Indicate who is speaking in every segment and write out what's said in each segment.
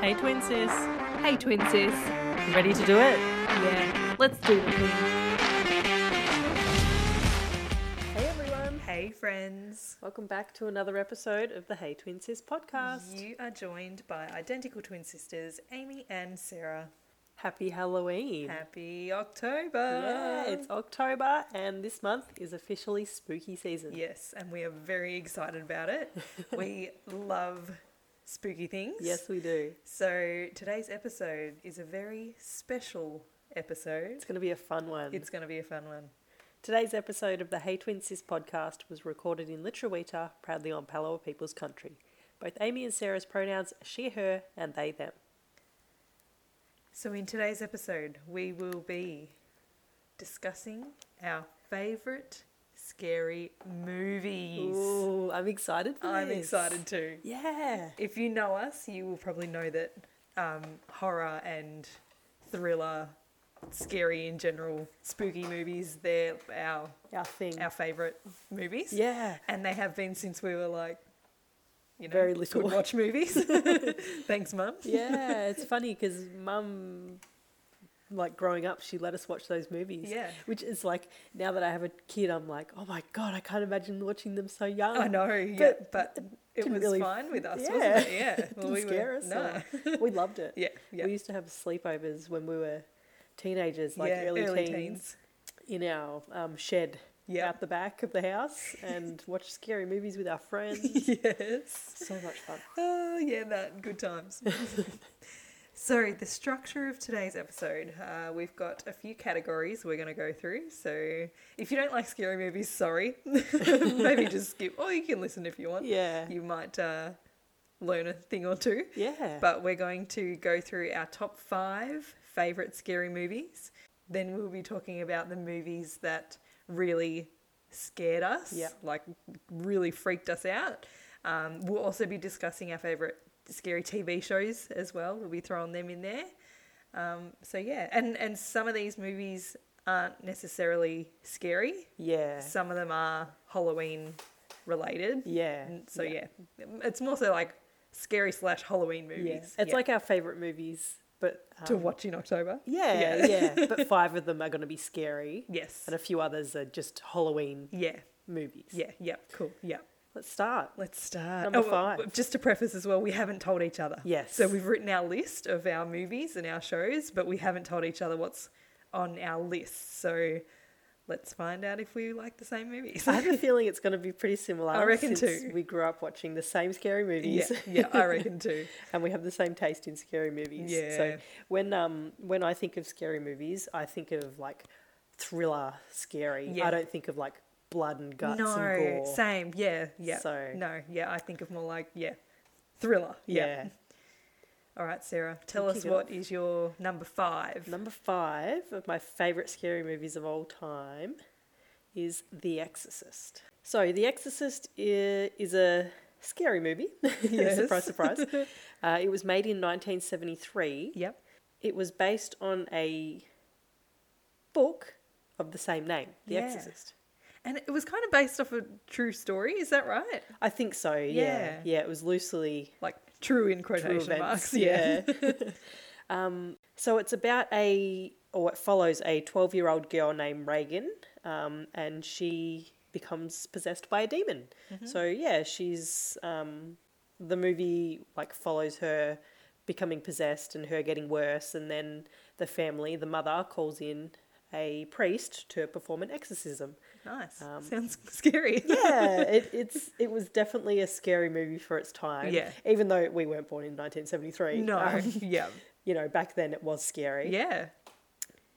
Speaker 1: Hey, twin sis.
Speaker 2: Hey, twin sis.
Speaker 1: You Ready to do it?
Speaker 2: Yeah, let's do the thing.
Speaker 1: Hey, everyone.
Speaker 2: Hey, friends.
Speaker 1: Welcome back to another episode of the Hey Twin Sis podcast.
Speaker 2: You are joined by identical twin sisters, Amy and Sarah.
Speaker 1: Happy Halloween.
Speaker 2: Happy October.
Speaker 1: Yeah, it's October, and this month is officially spooky season.
Speaker 2: yes, and we are very excited about it. we love spooky things.
Speaker 1: Yes, we do.
Speaker 2: So today's episode is a very special episode.
Speaker 1: It's going to be a fun one.
Speaker 2: It's going to be a fun one.
Speaker 1: Today's episode of the Hey Twin Sis podcast was recorded in Litrawita, proudly on Palawa people's country. Both Amy and Sarah's pronouns are she, her, and they, them.
Speaker 2: So, in today's episode, we will be discussing our favourite scary movies.
Speaker 1: Ooh, I'm excited for
Speaker 2: I'm
Speaker 1: this.
Speaker 2: excited too.
Speaker 1: Yeah.
Speaker 2: If you know us, you will probably know that um, horror and thriller, scary in general, spooky movies, they're our,
Speaker 1: Our thing.
Speaker 2: our favourite movies.
Speaker 1: yeah.
Speaker 2: And they have been since we were like, you know,
Speaker 1: Very little.
Speaker 2: could watch movies. Thanks, Mum.
Speaker 1: yeah, it's funny because mum, like growing up, she let us watch those movies.
Speaker 2: Yeah.
Speaker 1: Which is like, now that I have a kid, I'm like, oh my God, I can't imagine watching them so young.
Speaker 2: I know, yeah, but it
Speaker 1: Um, didn't
Speaker 2: was
Speaker 1: really-
Speaker 2: fine with us,
Speaker 1: yeah.
Speaker 2: wasn't it? Yeah,
Speaker 1: It didn't scare us.
Speaker 2: No,
Speaker 1: or- we loved it.
Speaker 2: yeah, yeah,
Speaker 1: We used to have sleepovers when we were teenagers, like
Speaker 2: Yeah,
Speaker 1: early, teens, in our um, shed
Speaker 2: Yeah.
Speaker 1: out the back of the house and watch scary movies with our friends.
Speaker 2: yes.
Speaker 1: so much fun.
Speaker 2: Oh, yeah, that good times. so the structure of today's episode, uh, we've got a few categories we're going to go through. So if you don't like scary movies, sorry, maybe just skip, or you can listen if you want.
Speaker 1: Yeah.
Speaker 2: You might uh, learn a thing or two.
Speaker 1: Yeah.
Speaker 2: But we're going to go through our top five favourite scary movies. Then we'll be talking about the movies that really scared us,
Speaker 1: Yeah.
Speaker 2: like really freaked us out. Um, we'll also be discussing our favourite scary TV shows as well. We'll be throwing them in there. Um, so yeah, and and some of these movies aren't necessarily scary.
Speaker 1: yeah.
Speaker 2: Some of them are Halloween related.
Speaker 1: Yeah.
Speaker 2: And So yeah. it's more so like scary slash Halloween movies.
Speaker 1: Yeah. It's
Speaker 2: Yeah.
Speaker 1: like our favorite movies, but um,
Speaker 2: to watch in October.
Speaker 1: Yeah, yeah. But five of them are going to be scary,
Speaker 2: Yes.
Speaker 1: and a few others are just Halloween
Speaker 2: Yeah.
Speaker 1: movies.
Speaker 2: Yeah. Yeah. Cool. Yeah.
Speaker 1: Let's start.
Speaker 2: Let's start. Oh,
Speaker 1: Number
Speaker 2: well,
Speaker 1: five.
Speaker 2: Just to preface as well, we haven't told each other.
Speaker 1: Yes.
Speaker 2: So we've written our list of our movies and our shows, but we haven't told each other what's on our list. So let's find out if we like the same movies.
Speaker 1: I have a feeling it's going to be pretty similar.
Speaker 2: I reckon
Speaker 1: since
Speaker 2: too.
Speaker 1: We grew up watching the same scary
Speaker 2: yeah.
Speaker 1: movies,
Speaker 2: Yeah. I reckon too.
Speaker 1: and we have the same taste in scary movies. So
Speaker 2: Yeah.
Speaker 1: when um when I think of scary movies, I think of like thriller scary.
Speaker 2: Yeah.
Speaker 1: I don't think of like blood and guts and
Speaker 2: no.
Speaker 1: gore.
Speaker 2: Same. Yeah. Yeah.
Speaker 1: So-
Speaker 2: No. Yeah. I think of more like, yeah, thriller.
Speaker 1: yeah.
Speaker 2: All right, Sarah, tell
Speaker 1: kick
Speaker 2: us
Speaker 1: it
Speaker 2: what is your number five.
Speaker 1: Number five of my favourite scary movies of all time is The Exorcist. So, The Exorcist i- is a scary movie.
Speaker 2: Yes.
Speaker 1: surprise, surprise. Uh, it was made in 1973.
Speaker 2: Yep.
Speaker 1: It was based on a book of the same name, The
Speaker 2: Yeah.
Speaker 1: Exorcist.
Speaker 2: And it was kind of based off a true story, is that right?
Speaker 1: I think so, yeah.
Speaker 2: Yeah.
Speaker 1: Yeah, it was loosely
Speaker 2: Like true in
Speaker 1: true
Speaker 2: quotation
Speaker 1: events.
Speaker 2: marks. Yeah.
Speaker 1: um, so it's about a, or it follows a 12 year old girl named Reagan, um, and she becomes possessed by a demon.
Speaker 2: Mm-hmm.
Speaker 1: So, yeah, she's, um, the movie like follows her becoming possessed and her getting worse, and then the family, the mother, calls in a priest to perform an exorcism.
Speaker 2: Nice.
Speaker 1: Um,
Speaker 2: Sounds scary.
Speaker 1: Yeah, it, it's it was definitely a scary movie for its time.
Speaker 2: Yeah.
Speaker 1: even though we weren't born in 1973.
Speaker 2: No.
Speaker 1: um,
Speaker 2: yeah.
Speaker 1: you know, back then it was scary.
Speaker 2: Yeah.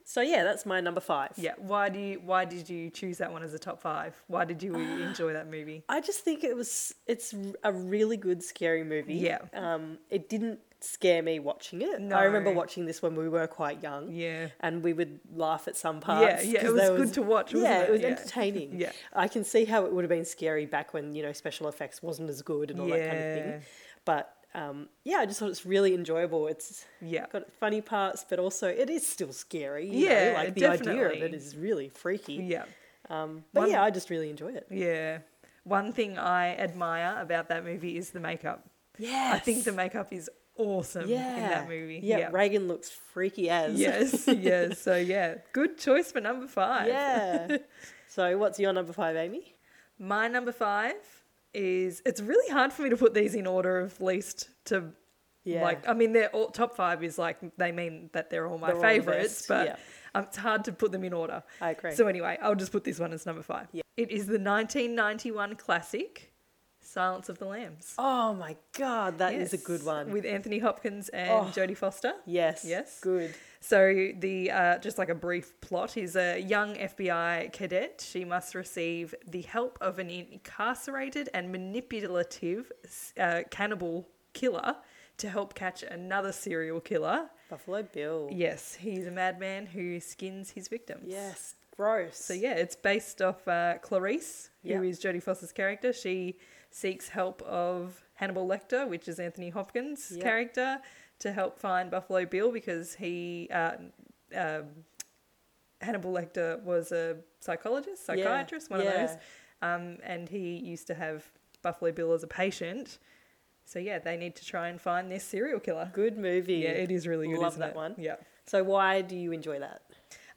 Speaker 1: So yeah, that's my number five.
Speaker 2: Yeah. Why do you why did you choose that one as a top five? Why did you enjoy that movie?
Speaker 1: I just think it was it's a really good scary movie.
Speaker 2: Yeah.
Speaker 1: Um, it didn't scare me watching it.
Speaker 2: No.
Speaker 1: I remember watching this when we were quite young.
Speaker 2: Yeah.
Speaker 1: And we would laugh at some parts.
Speaker 2: yeah, it
Speaker 1: 'cause
Speaker 2: was
Speaker 1: there
Speaker 2: good to watch, wasn't
Speaker 1: yeah,
Speaker 2: it?
Speaker 1: it was
Speaker 2: Yeah.
Speaker 1: entertaining.
Speaker 2: Yeah.
Speaker 1: I can see how it would have been scary back when you know special effects wasn't as good and all that kind of
Speaker 2: Yeah.
Speaker 1: thing. But um, yeah, I just thought it's really enjoyable. It's
Speaker 2: Yeah.
Speaker 1: got funny parts, but also it is still scary. you know,
Speaker 2: Yeah,
Speaker 1: like the idea of
Speaker 2: definitely.
Speaker 1: it is really freaky.
Speaker 2: Yeah.
Speaker 1: Um, but
Speaker 2: One-
Speaker 1: yeah, I just really enjoy it.
Speaker 2: Yeah. One thing I admire about that movie is the makeup.
Speaker 1: Yeah,
Speaker 2: I think the makeup is awesome
Speaker 1: yeah.
Speaker 2: in that movie.
Speaker 1: Yeah,
Speaker 2: Yep.
Speaker 1: Reagan looks freaky as.
Speaker 2: Yes, yes. So yeah, good choice for number five.
Speaker 1: yeah. So what's your number five, Amy?
Speaker 2: My number five is it's really hard for me to put these in order of least to
Speaker 1: Yeah.
Speaker 2: like I mean they're all top five is like they mean that they're all my
Speaker 1: They're all the best,
Speaker 2: favorites, but
Speaker 1: yeah.
Speaker 2: um, it's hard to put them in order.
Speaker 1: I agree.
Speaker 2: So anyway, I'll just put this one as number five.
Speaker 1: Yeah.
Speaker 2: It is the 1991 classic Silence of the Lambs.
Speaker 1: oh my god, that is a good
Speaker 2: Yes,
Speaker 1: one.
Speaker 2: with Anthony Hopkins and
Speaker 1: Oh.
Speaker 2: Jodie Foster.
Speaker 1: yes.
Speaker 2: Yes.
Speaker 1: Good.
Speaker 2: So the uh, just like a brief plot is a young FBI cadet. She must receive the help of an incarcerated and manipulative uh, cannibal killer to help catch another serial killer.
Speaker 1: Buffalo Bill.
Speaker 2: Yes, he's a madman who skins his victims.
Speaker 1: Yes. Gross.
Speaker 2: So yeah, it's based off uh, Clarice,
Speaker 1: Yeah.
Speaker 2: who is Jodie Foster's character. She seeks help of Hannibal Lecter, which is Anthony Hopkins'
Speaker 1: Yeah.
Speaker 2: character, to help find Buffalo Bill because he uh, um, Hannibal Lecter was a psychologist,
Speaker 1: Yeah,
Speaker 2: psychiatrist, one
Speaker 1: yeah.
Speaker 2: of those, um, and he used to have Buffalo Bill as a patient. So yeah, they need to try and find this serial killer.
Speaker 1: Good movie.
Speaker 2: Yeah, it is really good.
Speaker 1: Love
Speaker 2: isn't
Speaker 1: that
Speaker 2: it?
Speaker 1: one.
Speaker 2: Yeah.
Speaker 1: So why do you enjoy that?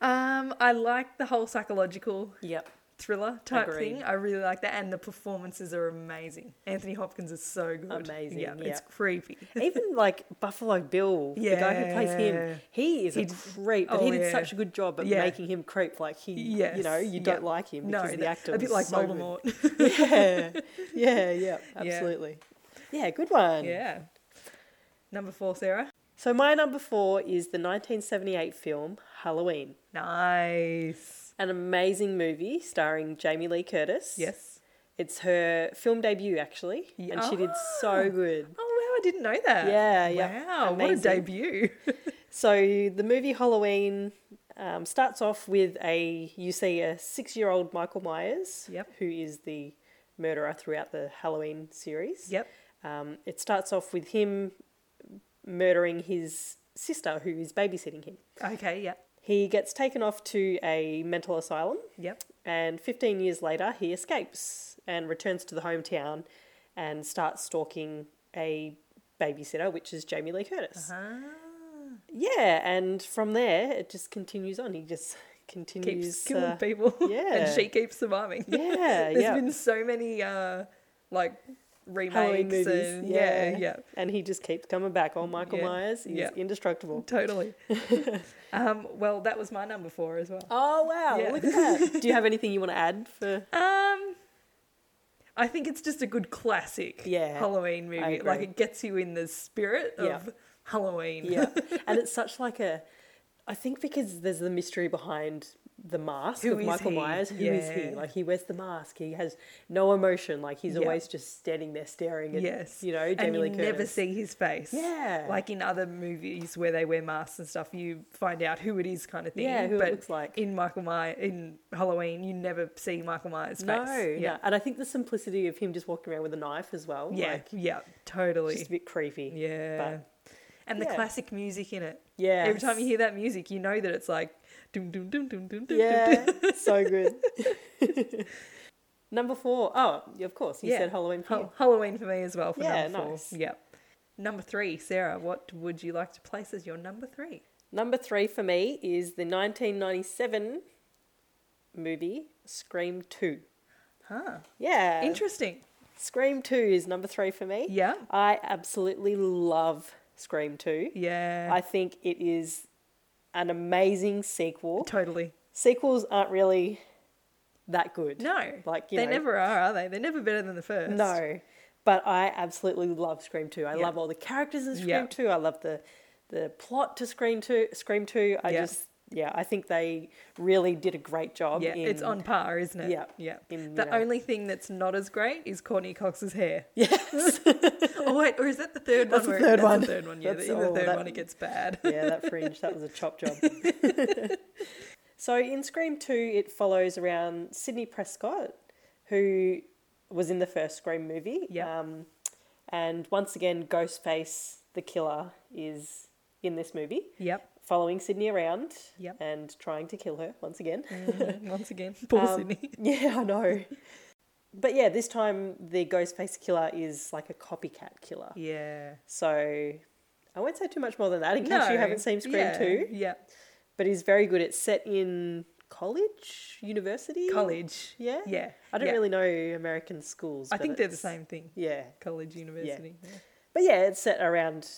Speaker 2: Um, I like the whole psychological
Speaker 1: Yep.
Speaker 2: thriller type
Speaker 1: Agreed.
Speaker 2: thing. I really like that, and the performances are amazing. Anthony Hopkins is so good.
Speaker 1: Amazing,
Speaker 2: Yeah,
Speaker 1: yeah.
Speaker 2: it's creepy.
Speaker 1: Even like Buffalo Bill, the guy who plays
Speaker 2: Yeah.
Speaker 1: him, he is a
Speaker 2: He-
Speaker 1: creep, but
Speaker 2: oh,
Speaker 1: he did
Speaker 2: yeah.
Speaker 1: such a good job at
Speaker 2: Yeah.
Speaker 1: making him creep. Like he,
Speaker 2: Yes,
Speaker 1: you know, you
Speaker 2: yeah.
Speaker 1: don't like him because the
Speaker 2: that-
Speaker 1: actor
Speaker 2: a
Speaker 1: was
Speaker 2: bit like
Speaker 1: so good.
Speaker 2: Voldemort.
Speaker 1: yeah, yeah, yeah, absolutely. Yeah. good one.
Speaker 2: yeah. Number four, Sarah.
Speaker 1: So my number four is the 1978 film Halloween,
Speaker 2: Nice.
Speaker 1: an amazing movie starring Jamie Lee Curtis.
Speaker 2: Yes.
Speaker 1: it's her film debut actually, and she did
Speaker 2: Ah.
Speaker 1: so good.
Speaker 2: Oh wow, I didn't know that.
Speaker 1: Yeah, yeah.
Speaker 2: Wow, what a
Speaker 1: Amazing.
Speaker 2: debut.
Speaker 1: So the movie Halloween um, starts off with a you see a six-year-old Michael Myers,
Speaker 2: Yep.
Speaker 1: who is the murderer throughout the Halloween series.
Speaker 2: yep.
Speaker 1: Um, it starts off with him murdering his sister, who is babysitting him.
Speaker 2: Okay. Yeah.
Speaker 1: He gets taken off to a mental asylum,
Speaker 2: Yep.
Speaker 1: and 15 years later, he escapes and returns to the hometown and starts stalking a babysitter, which is Jamie Lee Curtis.
Speaker 2: Ah.
Speaker 1: uh, Yeah, and from there, it just continues on. He just
Speaker 2: Keeps
Speaker 1: continues.
Speaker 2: killing
Speaker 1: uh,
Speaker 2: people.
Speaker 1: yeah.
Speaker 2: and she keeps surviving.
Speaker 1: yeah,
Speaker 2: There's
Speaker 1: yeah.
Speaker 2: been so many uh like
Speaker 1: Halloween
Speaker 2: remakes
Speaker 1: movies.
Speaker 2: and
Speaker 1: yeah.
Speaker 2: yeah. yeah.
Speaker 1: And he just keeps coming back. Oh, Michael
Speaker 2: Yeah,
Speaker 1: Myers is
Speaker 2: yeah.
Speaker 1: indestructible.
Speaker 2: Totally. um, well, that was my number four as well.
Speaker 1: Oh, wow.
Speaker 2: Yeah.
Speaker 1: Look at that. Do you have anything you want to add for.
Speaker 2: Um, I think it's just a good classic
Speaker 1: Yeah,
Speaker 2: Halloween
Speaker 1: I
Speaker 2: movie.
Speaker 1: agree.
Speaker 2: Like it gets you in the spirit
Speaker 1: Yeah.
Speaker 2: of Halloween.
Speaker 1: yeah and it's such like a i think because there's the mystery behind the mask
Speaker 2: Who
Speaker 1: of
Speaker 2: is
Speaker 1: michael
Speaker 2: he?
Speaker 1: myers Who is
Speaker 2: Yeah.
Speaker 1: he like he wears the mask he has no emotion like he's
Speaker 2: Yeah.
Speaker 1: always just standing there staring at
Speaker 2: Yes.
Speaker 1: you know jamie
Speaker 2: and you
Speaker 1: lee
Speaker 2: never
Speaker 1: curtis
Speaker 2: see his face.
Speaker 1: Yeah.
Speaker 2: Like in other movies where they wear masks and stuff, you find out who it is kind of thing.
Speaker 1: Yeah, who it
Speaker 2: but
Speaker 1: looks like.
Speaker 2: In Michael Myers, in Halloween, you never see Michael Myers'
Speaker 1: no,
Speaker 2: face.
Speaker 1: no and i think the simplicity of him just walking around with a knife as well
Speaker 2: Yeah.
Speaker 1: like
Speaker 2: yeah. Totally.
Speaker 1: just a bit creepy
Speaker 2: Yeah. and the
Speaker 1: yeah.
Speaker 2: classic music in it.
Speaker 1: yeah
Speaker 2: Every time you hear that music, you know that it's like doom doom doom doom doom doom. doom,
Speaker 1: yeah so good number four oh of course you
Speaker 2: Yeah. Oh.
Speaker 1: said halloween for you.
Speaker 2: Hal- Halloween for me as well for
Speaker 1: Yeah,
Speaker 2: number four.
Speaker 1: nice.
Speaker 2: Yep. Number three, Sarah, what would you like to place as your number three?
Speaker 1: Number three for me is the 1997 movie Scream 2.
Speaker 2: Huh.
Speaker 1: Yeah.
Speaker 2: Interesting.
Speaker 1: Scream 2 is number three for me.
Speaker 2: Yeah.
Speaker 1: I absolutely love Scream 2.
Speaker 2: Yeah.
Speaker 1: I think it is an amazing sequel.
Speaker 2: totally.
Speaker 1: Sequels aren't really that good.
Speaker 2: No.
Speaker 1: Like, you
Speaker 2: they
Speaker 1: know-
Speaker 2: never are, are they? They're never better than the first.
Speaker 1: No. But I absolutely love Scream 2. I
Speaker 2: Yeah.
Speaker 1: love all the characters in Scream
Speaker 2: Yeah.
Speaker 1: 2. I love the the plot to Scream 2. Scream 2. I
Speaker 2: Yeah.
Speaker 1: just yeah, I think they really did a great job
Speaker 2: Yeah,
Speaker 1: in
Speaker 2: it's on par, isn't it?
Speaker 1: Yeah.
Speaker 2: Yeah.
Speaker 1: In, you
Speaker 2: the
Speaker 1: know.
Speaker 2: only thing that's not as great is Courtney Cox's hair.
Speaker 1: Yes.
Speaker 2: oh wait, or is that the third
Speaker 1: That's
Speaker 2: one?
Speaker 1: the
Speaker 2: where-
Speaker 1: third
Speaker 2: that's
Speaker 1: one.
Speaker 2: The third one. Yeah,
Speaker 1: That's-
Speaker 2: in the
Speaker 1: oh,
Speaker 2: third
Speaker 1: that-
Speaker 2: one it gets bad.
Speaker 1: yeah, that fringe, that was a chop job. so in Scream 2, it follows around Sydney Prescott, who was in the first Scream movie.
Speaker 2: Yeah.
Speaker 1: Um, and once again, Ghostface, the killer, is in this movie,
Speaker 2: Yep.
Speaker 1: following Sydney around
Speaker 2: Yep.
Speaker 1: and trying to kill her once again.
Speaker 2: Mm, Once again, poor
Speaker 1: Um,
Speaker 2: Sydney.
Speaker 1: Yeah, I know. But yeah, this time the Ghostface killer is like a copycat killer.
Speaker 2: Yeah.
Speaker 1: So I won't say too much more than that in case you haven't seen Scream
Speaker 2: yeah,
Speaker 1: 2.
Speaker 2: Yeah.
Speaker 1: But he's very good. It's set in college, university,
Speaker 2: College.
Speaker 1: Yeah,
Speaker 2: Yeah.
Speaker 1: I don't
Speaker 2: yeah.
Speaker 1: really know American schools.
Speaker 2: I
Speaker 1: but
Speaker 2: think they're the
Speaker 1: it's-
Speaker 2: same thing.
Speaker 1: Yeah,
Speaker 2: College, university. Yeah.
Speaker 1: but yeah, it's set around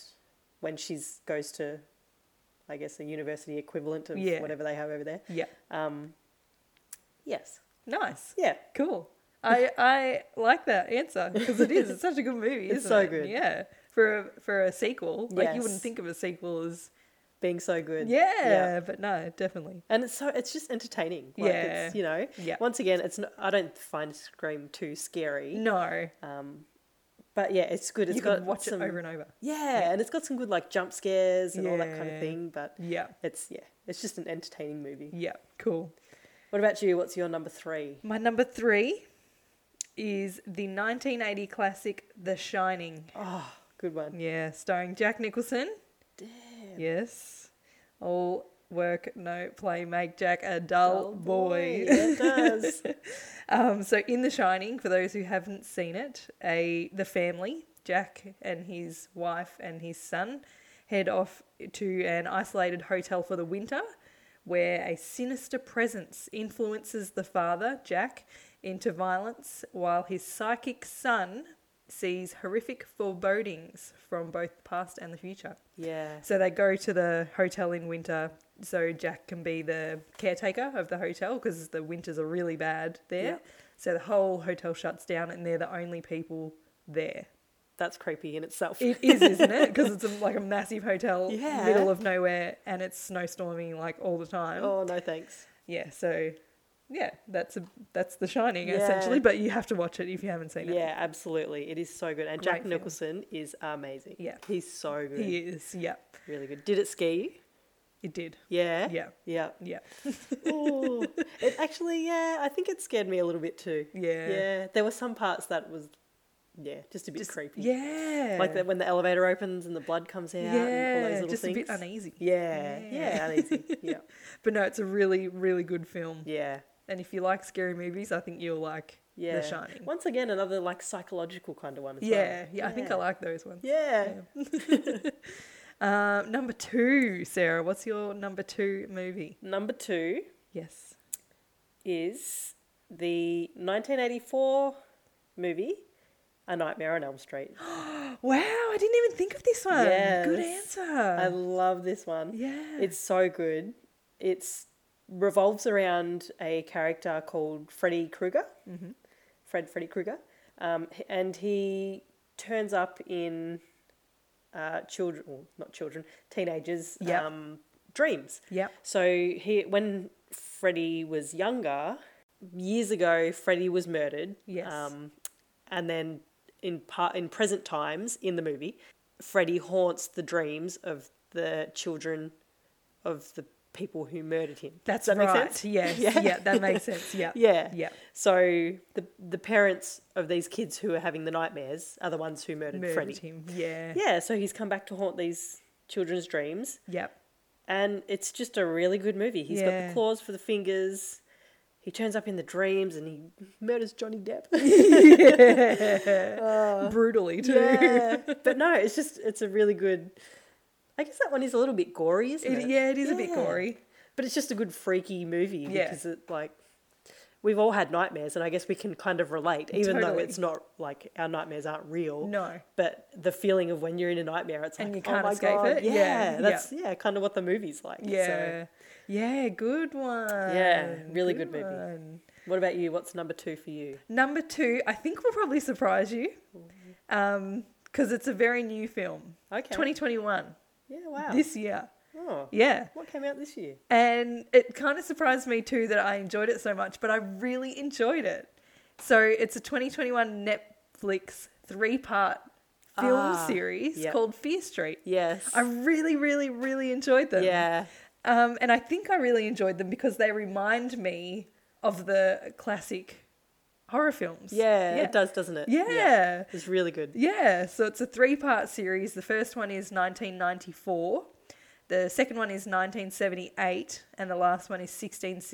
Speaker 1: when she's goes to, I guess, a university equivalent of
Speaker 2: Yeah.
Speaker 1: whatever they have over there.
Speaker 2: yeah.
Speaker 1: Um, yes,
Speaker 2: Nice.
Speaker 1: yeah,
Speaker 2: Cool. I I like that answer because it is. It's such a good movie.
Speaker 1: It's
Speaker 2: isn't
Speaker 1: so
Speaker 2: it?
Speaker 1: good.
Speaker 2: Yeah. For a, for a sequel, like you
Speaker 1: Yes.
Speaker 2: wouldn't think of a sequel as
Speaker 1: being so good.
Speaker 2: yeah, but no, definitely.
Speaker 1: and it's so it's just entertaining. Like it's
Speaker 2: Yeah.
Speaker 1: you know,
Speaker 2: Yeah.
Speaker 1: once again, it's not, I don't find Scream too scary.
Speaker 2: No,
Speaker 1: Um, but yeah, it's good. It's
Speaker 2: Mm. you
Speaker 1: got
Speaker 2: can watch
Speaker 1: some,
Speaker 2: it over and over.
Speaker 1: Yeah, and it's got some good like jump scares and all that kind of
Speaker 2: Yeah.
Speaker 1: thing. But
Speaker 2: Yeah.
Speaker 1: it's yeah, it's just an entertaining movie.
Speaker 2: Yeah. Cool.
Speaker 1: What about you? What's your number three?
Speaker 2: My number three is the 1980 classic The Shining.
Speaker 1: Oh, good one.
Speaker 2: Yeah, starring Jack Nicholson.
Speaker 1: Damn.
Speaker 2: Yes. All work, no play, make Jack a dull, boy.
Speaker 1: Oh, it does.
Speaker 2: Um, so in The Shining, for those who haven't seen it, a the family Jack and his wife and his son head off to an isolated hotel for the winter, where a sinister presence influences the father Jack into violence, while his psychic son sees horrific forebodings from both the past and the future.
Speaker 1: yeah.
Speaker 2: So they go to the hotel in winter so Jack can be the caretaker of the hotel because the winters are really bad there.
Speaker 1: Yep.
Speaker 2: So the whole hotel shuts down and they're the only people there.
Speaker 1: That's creepy in itself.
Speaker 2: It is, isn't it? Because it's a, like a massive hotel,
Speaker 1: Yeah.
Speaker 2: middle of nowhere, and it's snowstorming like all the time.
Speaker 1: oh no, thanks.
Speaker 2: Yeah, so yeah, that's a, that's The Shining
Speaker 1: Yeah.
Speaker 2: essentially. But you have to watch it if you haven't seen it.
Speaker 1: Yeah, absolutely. It is so good, and
Speaker 2: Great
Speaker 1: Jack
Speaker 2: film.
Speaker 1: Nicholson is amazing.
Speaker 2: Yeah.
Speaker 1: he's so good.
Speaker 2: he is. Yeah,
Speaker 1: Really good. Did it ski? you?
Speaker 2: it did.
Speaker 1: Yeah.
Speaker 2: Yeah, Oh.
Speaker 1: Yeah.
Speaker 2: yeah,
Speaker 1: Ooh. it actually, yeah, I think it scared me a little bit too.
Speaker 2: yeah,
Speaker 1: Yeah, there were some parts that was, yeah, just a bit
Speaker 2: Just-
Speaker 1: creepy.
Speaker 2: Yeah,
Speaker 1: Like that when the elevator opens and the blood comes out and all those little
Speaker 2: just
Speaker 1: things.
Speaker 2: a bit uneasy.
Speaker 1: Yeah, yeah,
Speaker 2: Yeah.
Speaker 1: uneasy. yeah,
Speaker 2: But no, it's a really, really good film.
Speaker 1: yeah,
Speaker 2: And if you like scary movies, I think you'll like
Speaker 1: yeah.
Speaker 2: The Shining.
Speaker 1: Once again, another like psychological kind of one as
Speaker 2: Yeah,
Speaker 1: well.
Speaker 2: yeah, I think I like those ones.
Speaker 1: Yeah.
Speaker 2: Um, number two, Sarah, what's your number two movie?
Speaker 1: Number two
Speaker 2: Yes.
Speaker 1: is the 1984 movie, A Nightmare on Elm Street.
Speaker 2: Wow, I didn't even think of this one. Good
Speaker 1: Yes.
Speaker 2: answer.
Speaker 1: I love this one.
Speaker 2: yeah.
Speaker 1: It's so good. It's revolves around a character called Freddy Krueger, Fred Freddy Krueger, um, h- and he turns up in uh, children, well, not children, teenagers'
Speaker 2: Yep.
Speaker 1: um, dreams.
Speaker 2: Yep.
Speaker 1: So he, when Freddy was younger, years ago, Freddy was murdered.
Speaker 2: Yes.
Speaker 1: Um, and then in part in present times in the movie, Freddy haunts the dreams of the children of the people who murdered him.
Speaker 2: That's
Speaker 1: Does that
Speaker 2: right.
Speaker 1: make sense?
Speaker 2: Yes.
Speaker 1: Yeah.
Speaker 2: Yeah. that makes sense. Yeah.
Speaker 1: Yeah.
Speaker 2: Yeah.
Speaker 1: So the the parents of these kids who are having the nightmares are the ones who murdered,
Speaker 2: Murdered
Speaker 1: Freddy.
Speaker 2: him. Yeah.
Speaker 1: Yeah, so he's come back to haunt these children's dreams
Speaker 2: Yep.
Speaker 1: and it's just a really good movie. He's got the
Speaker 2: Yeah.
Speaker 1: claws for the fingers. He turns up in the dreams and he murders Johnny Depp.
Speaker 2: Brutally too.
Speaker 1: Oh. yeah. but no, it's just it's a really good. I guess that one is a little bit gory, isn't it?
Speaker 2: It- yeah, it is a bit
Speaker 1: Yeah.
Speaker 2: gory.
Speaker 1: but it's just a good freaky movie
Speaker 2: Yeah.
Speaker 1: because it like we've all had nightmares, and I guess we can kind of relate, even though
Speaker 2: Totally.
Speaker 1: it's not like our nightmares aren't real.
Speaker 2: No.
Speaker 1: But the feeling of when you're in a nightmare, it's like,
Speaker 2: And you
Speaker 1: oh
Speaker 2: can't
Speaker 1: my
Speaker 2: escape
Speaker 1: God,
Speaker 2: it.
Speaker 1: Yeah,
Speaker 2: Yeah, yeah.
Speaker 1: that's yeah, kind of what the movie's like. so-
Speaker 2: Yeah. Yeah, good one.
Speaker 1: really good movie.
Speaker 2: one.
Speaker 1: What about you? What's number two for you?
Speaker 2: Number two, I think will probably surprise you because it's a very new film.
Speaker 1: Okay.
Speaker 2: 2021,
Speaker 1: Yeah, wow.
Speaker 2: this year.
Speaker 1: oh,
Speaker 2: Yeah.
Speaker 1: what came out this year?
Speaker 2: And it kind of surprised me too that I enjoyed it so much, but I really enjoyed it. So it's a 2021 Netflix three part film
Speaker 1: Ah,
Speaker 2: series
Speaker 1: yep.
Speaker 2: called Fear Street.
Speaker 1: Yes.
Speaker 2: I really, really, really enjoyed them.
Speaker 1: yeah.
Speaker 2: Um, and I think I really enjoyed them because they remind me of the classic horror films.
Speaker 1: yeah,
Speaker 2: Yeah.
Speaker 1: it does, doesn't it?
Speaker 2: Yeah. Yeah.
Speaker 1: It's really good.
Speaker 2: So it's a three part series. The first one is 1994, the second one is 1978, and the last one is